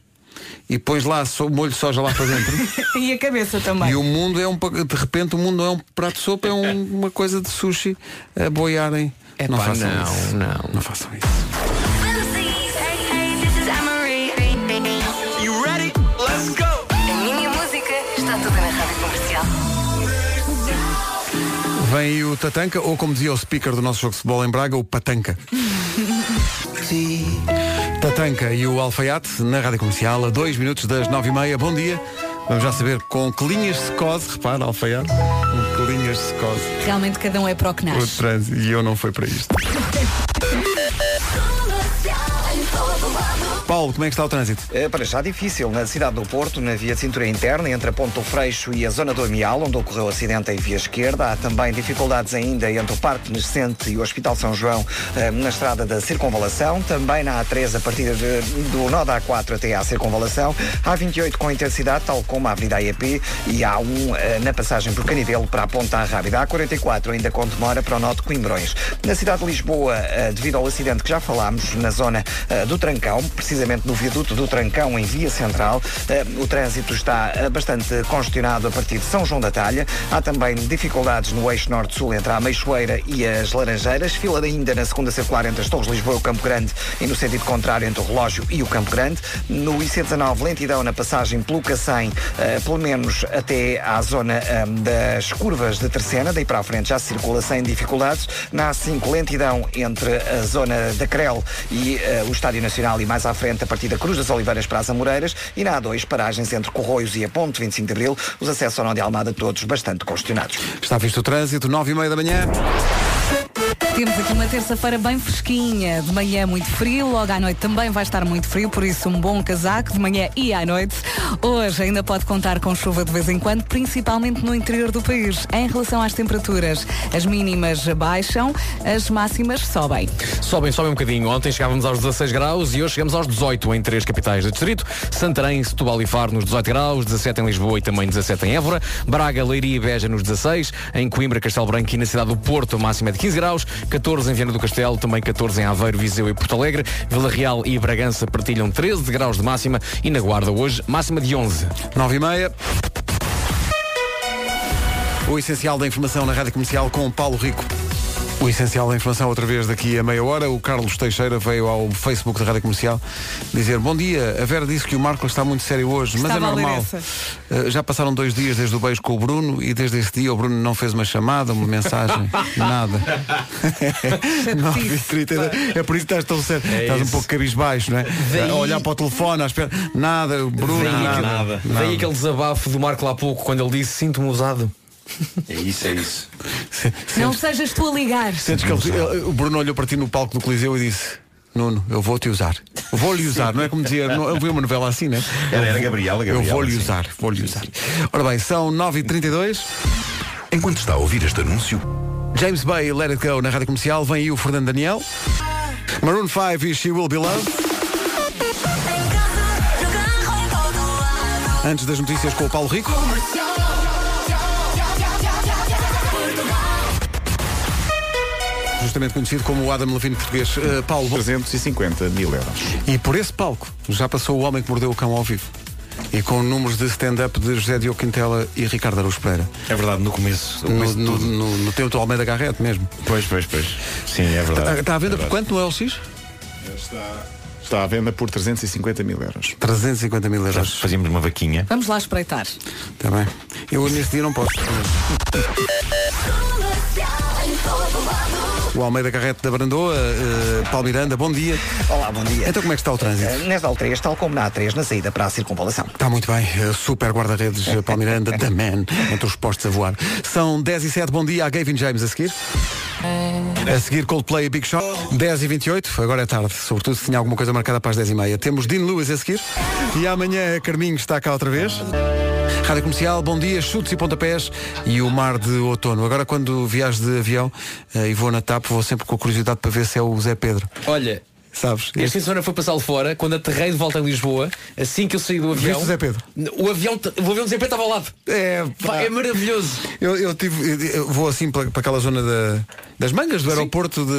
Speaker 1: e pões lá so- o molho de soja lá para dentro.
Speaker 3: e a cabeça também.
Speaker 1: E o mundo é um pa- de repente o mundo não é um prato de sopa, é um- uma coisa de sushi a boiarem. não
Speaker 8: pá,
Speaker 1: façam
Speaker 8: não,
Speaker 1: isso.
Speaker 8: não.
Speaker 1: Não façam isso.
Speaker 18: You ready? Let's go!
Speaker 14: A minha música está toda na rádio comercial.
Speaker 1: Vem aí o Tatanca, ou como dizia o speaker do nosso jogo de futebol em Braga, o Patanca. Tatanca e o Alfaiate na Rádio Comercial a 2 minutos das 9h30. Bom dia. Vamos já saber com que linhas se cose, repara, Alfaiate, com que linhas se cose
Speaker 3: Realmente cada um é para o que
Speaker 1: o
Speaker 3: nasce.
Speaker 1: trânsito e eu não fui para isto. Paulo, como é que está o trânsito?
Speaker 2: para já difícil. Na cidade do Porto, na via de cintura interna, entre a Ponto Freixo e a zona do Amial, onde ocorreu o acidente em via esquerda. Há também dificuldades ainda entre o Parque Nascente e o Hospital São João, eh, na estrada da Circunvalação. Também na A3, a partir de- do nó da A4 até à Circunvalação. Há 28 com intensidade, tal como a Avenida IAP, e há um eh, na passagem por Canidelo para a Ponta Rábida. Há 44 ainda com demora para o nó de Coimbrões. Na cidade de Lisboa, eh, devido ao acidente que já falámos, na zona eh, do Trancão, precisamente no viaduto do Trancão, em Via Central, eh, o trânsito está eh, bastante congestionado a partir de São João da Talha. Há também dificuldades no eixo norte-sul entre a Ameixoeira e as Laranjeiras. Fila ainda na segunda circular entre as Torres de Lisboa e o Campo Grande e no sentido contrário entre o Relógio e o Campo Grande. No IC19, lentidão na passagem pelo Cacém, eh, pelo menos até à zona eh, das curvas de Terceira, daí para a frente já se circula sem dificuldades. Na A5, lentidão entre a zona da Crel e eh, o Estádio Nacional e mais à frente a partir da Cruz das Oliveiras para as Amoreiras. E na A2, paragens entre Corroios e a Ponte 25 de Abril. Os acessos ao Nó de Almada todos bastante congestionados.
Speaker 1: Está visto o trânsito, 9h30 da manhã.
Speaker 3: Temos aqui uma terça-feira bem fresquinha. De manhã é muito frio, logo à noite também vai estar muito frio, por isso um bom casaco de manhã e à noite. Hoje ainda pode contar com chuva de vez em quando, principalmente no interior do país. Em relação às temperaturas, as mínimas baixam, as máximas sobem.
Speaker 8: Sobem, sobem um bocadinho. Ontem chegávamos aos 16 graus e hoje chegamos aos 18 em três capitais do distrito. Santarém, Setúbal e Faro nos 18 graus, 17 em Lisboa e também 17 em Évora. Braga, Leiria e Beja nos 16. Em Coimbra, Castelo Branco e na cidade do Porto, a máxima é de 15 graus. 14 em Viana do Castelo, também 14 em Aveiro, Viseu e Porto Alegre. Vila Real e Bragança partilham 13 de graus de máxima e na Guarda hoje, máxima de 11.
Speaker 1: 9 e meia. O essencial da informação na Rádio Comercial com o Paulo Rico. O essencial da informação outra vez daqui a meia hora. O Carlos Teixeira veio ao Facebook da Rádio Comercial dizer Bom dia, a Vera disse que o Marco está muito sério hoje, mas
Speaker 3: Estava
Speaker 1: é
Speaker 3: a ler
Speaker 1: normal.
Speaker 3: essa.
Speaker 1: Eh, Já passaram dois dias desde o beijo com o Bruno e desde esse dia o Bruno não fez uma chamada, uma mensagem, nada. 9 e 30. É por isso que estás tão sério. estás um pouco cabisbaixo, não é?
Speaker 8: Daí-
Speaker 1: A olhar para o telefone, à espera. Nada, o Bruno,
Speaker 8: Daí
Speaker 1: nada.
Speaker 8: aquele-
Speaker 1: Nada.
Speaker 8: Daí aquele desabafo do Marco lá há pouco, quando ele disse sinto-me usado.
Speaker 11: É isso, é isso.
Speaker 3: Não sejas tu a ligar.
Speaker 1: Sentes que ele- ele- o Bruno olhou para ti no palco do Coliseu e disse Nuno, eu vou-te usar. Vou-lhe usar, não é como dizia, não, eu vi uma novela assim, né?
Speaker 15: Era- era Gabriela,
Speaker 1: Eu
Speaker 15: Gabriela,
Speaker 1: vou-lhe
Speaker 15: sim.
Speaker 1: usar, vou-lhe usar. Ora bem, são 9h32.
Speaker 18: Enquanto está a ouvir este anúncio,
Speaker 1: James Bay e Let It Go na Rádio Comercial, vem aí o Fernando Daniel. Maroon 5 e She Will Be Loved. Antes das notícias com o Paulo Rico. Justamente conhecido como o Adam Levine português. Eh, Paulo,
Speaker 6: 350 mil euros.
Speaker 1: E por esse palco já passou o homem que mordeu o cão ao vivo. E com números de stand-up de José Diogo Quintela e Ricardo Aruz Pereira.
Speaker 20: É verdade, no começo.
Speaker 1: No, no, no, no tempo do Almeida Garrete mesmo.
Speaker 20: Pois, pois, pois.
Speaker 6: Sim, é
Speaker 1: Está
Speaker 6: verdade.
Speaker 1: está à venda
Speaker 6: É
Speaker 1: por
Speaker 6: verdade.
Speaker 1: quanto no LX?
Speaker 6: Está à venda por 350 mil euros.
Speaker 1: 350 mil euros.
Speaker 15: Fazíamos uma vaquinha.
Speaker 3: Vamos lá espreitar.
Speaker 1: Está Tá bem. Eu neste dia não posso. O Almeida Carrete da Brandoa, eh, Paulo Miranda, bom dia.
Speaker 2: Olá, bom dia.
Speaker 1: Então como é que está o trânsito?
Speaker 2: Eh, Nesta A3, tal como na A3, na saída para a circunvalação.
Speaker 1: Está muito bem, Eh, super guarda-redes eh, Paulo Miranda, da man, entre os postos a voar. São 10 e 7, bom dia a Gavin James a seguir. A seguir Coldplay e Big Show, 10 e 28, agora é tarde, sobretudo se tinha alguma coisa marcada para as 10 e meia. Temos Dean Lewis a seguir e amanhã a Carminho está cá outra vez. Rádio Comercial, bom dia, chutes e pontapés e o mar de outono. Agora quando viajo de avião eh, e vou na TAP, vou sempre com a curiosidade para ver se é o Zé Pedro.
Speaker 8: Olha,
Speaker 1: Sabes?
Speaker 8: Este fim de semana foi passá-lo fora, quando aterrei de volta em Lisboa, assim que eu saí do avião.
Speaker 1: Viste o Zé Pedro?
Speaker 8: O avião, o avião de Zé Pedro estava ao lado.
Speaker 1: É,
Speaker 8: Pá, é maravilhoso.
Speaker 1: Eu, eu tive, eu- eu vou assim para, para aquela zona da- das mangas do aeroporto de,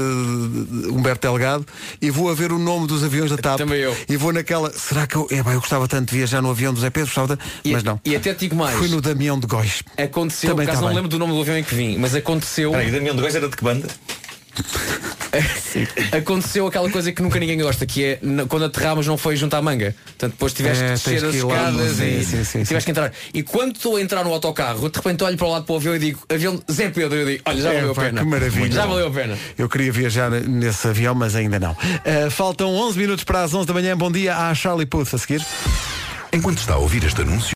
Speaker 1: de Humberto Delgado e vou a ver o nome dos aviões da TAP. Também eu. E vou naquela. Será que eu. É, pá, eu gostava tanto de viajar no avião do Zé Pedro, gostava tanto,
Speaker 8: E-
Speaker 1: mas não.
Speaker 8: E até te digo mais.
Speaker 1: Fui no Damião de Góis.
Speaker 8: Aconteceu,
Speaker 1: Também
Speaker 8: por acaso não
Speaker 1: tá bem.
Speaker 8: lembro do nome do avião em que vim, mas aconteceu.
Speaker 15: Peraí, o Damião de Góis era de que banda?
Speaker 8: aconteceu aquela coisa que nunca ninguém gosta, que é n- quando aterramos não foi junto à manga. Portanto, depois tiveste
Speaker 1: É,
Speaker 8: que
Speaker 1: tens
Speaker 8: descer as
Speaker 1: que ir lá,
Speaker 8: escadas
Speaker 1: sim,
Speaker 8: e
Speaker 1: sim, sim,
Speaker 8: tiveste que entrar. E quando estou a entrar no autocarro, de repente olho para o lado para o avião e digo, avião Zé Pedro, eu digo, olha, já
Speaker 1: É,
Speaker 8: valeu a
Speaker 1: pá,
Speaker 8: pena.
Speaker 1: que maravilha.
Speaker 8: Já valeu a pena.
Speaker 1: Eu queria viajar nesse avião, mas ainda não. Uh, faltam 11 minutos para as 11 da manhã. Bom dia à Charlie Puth a seguir.
Speaker 18: Enquanto está a ouvir este anúncio.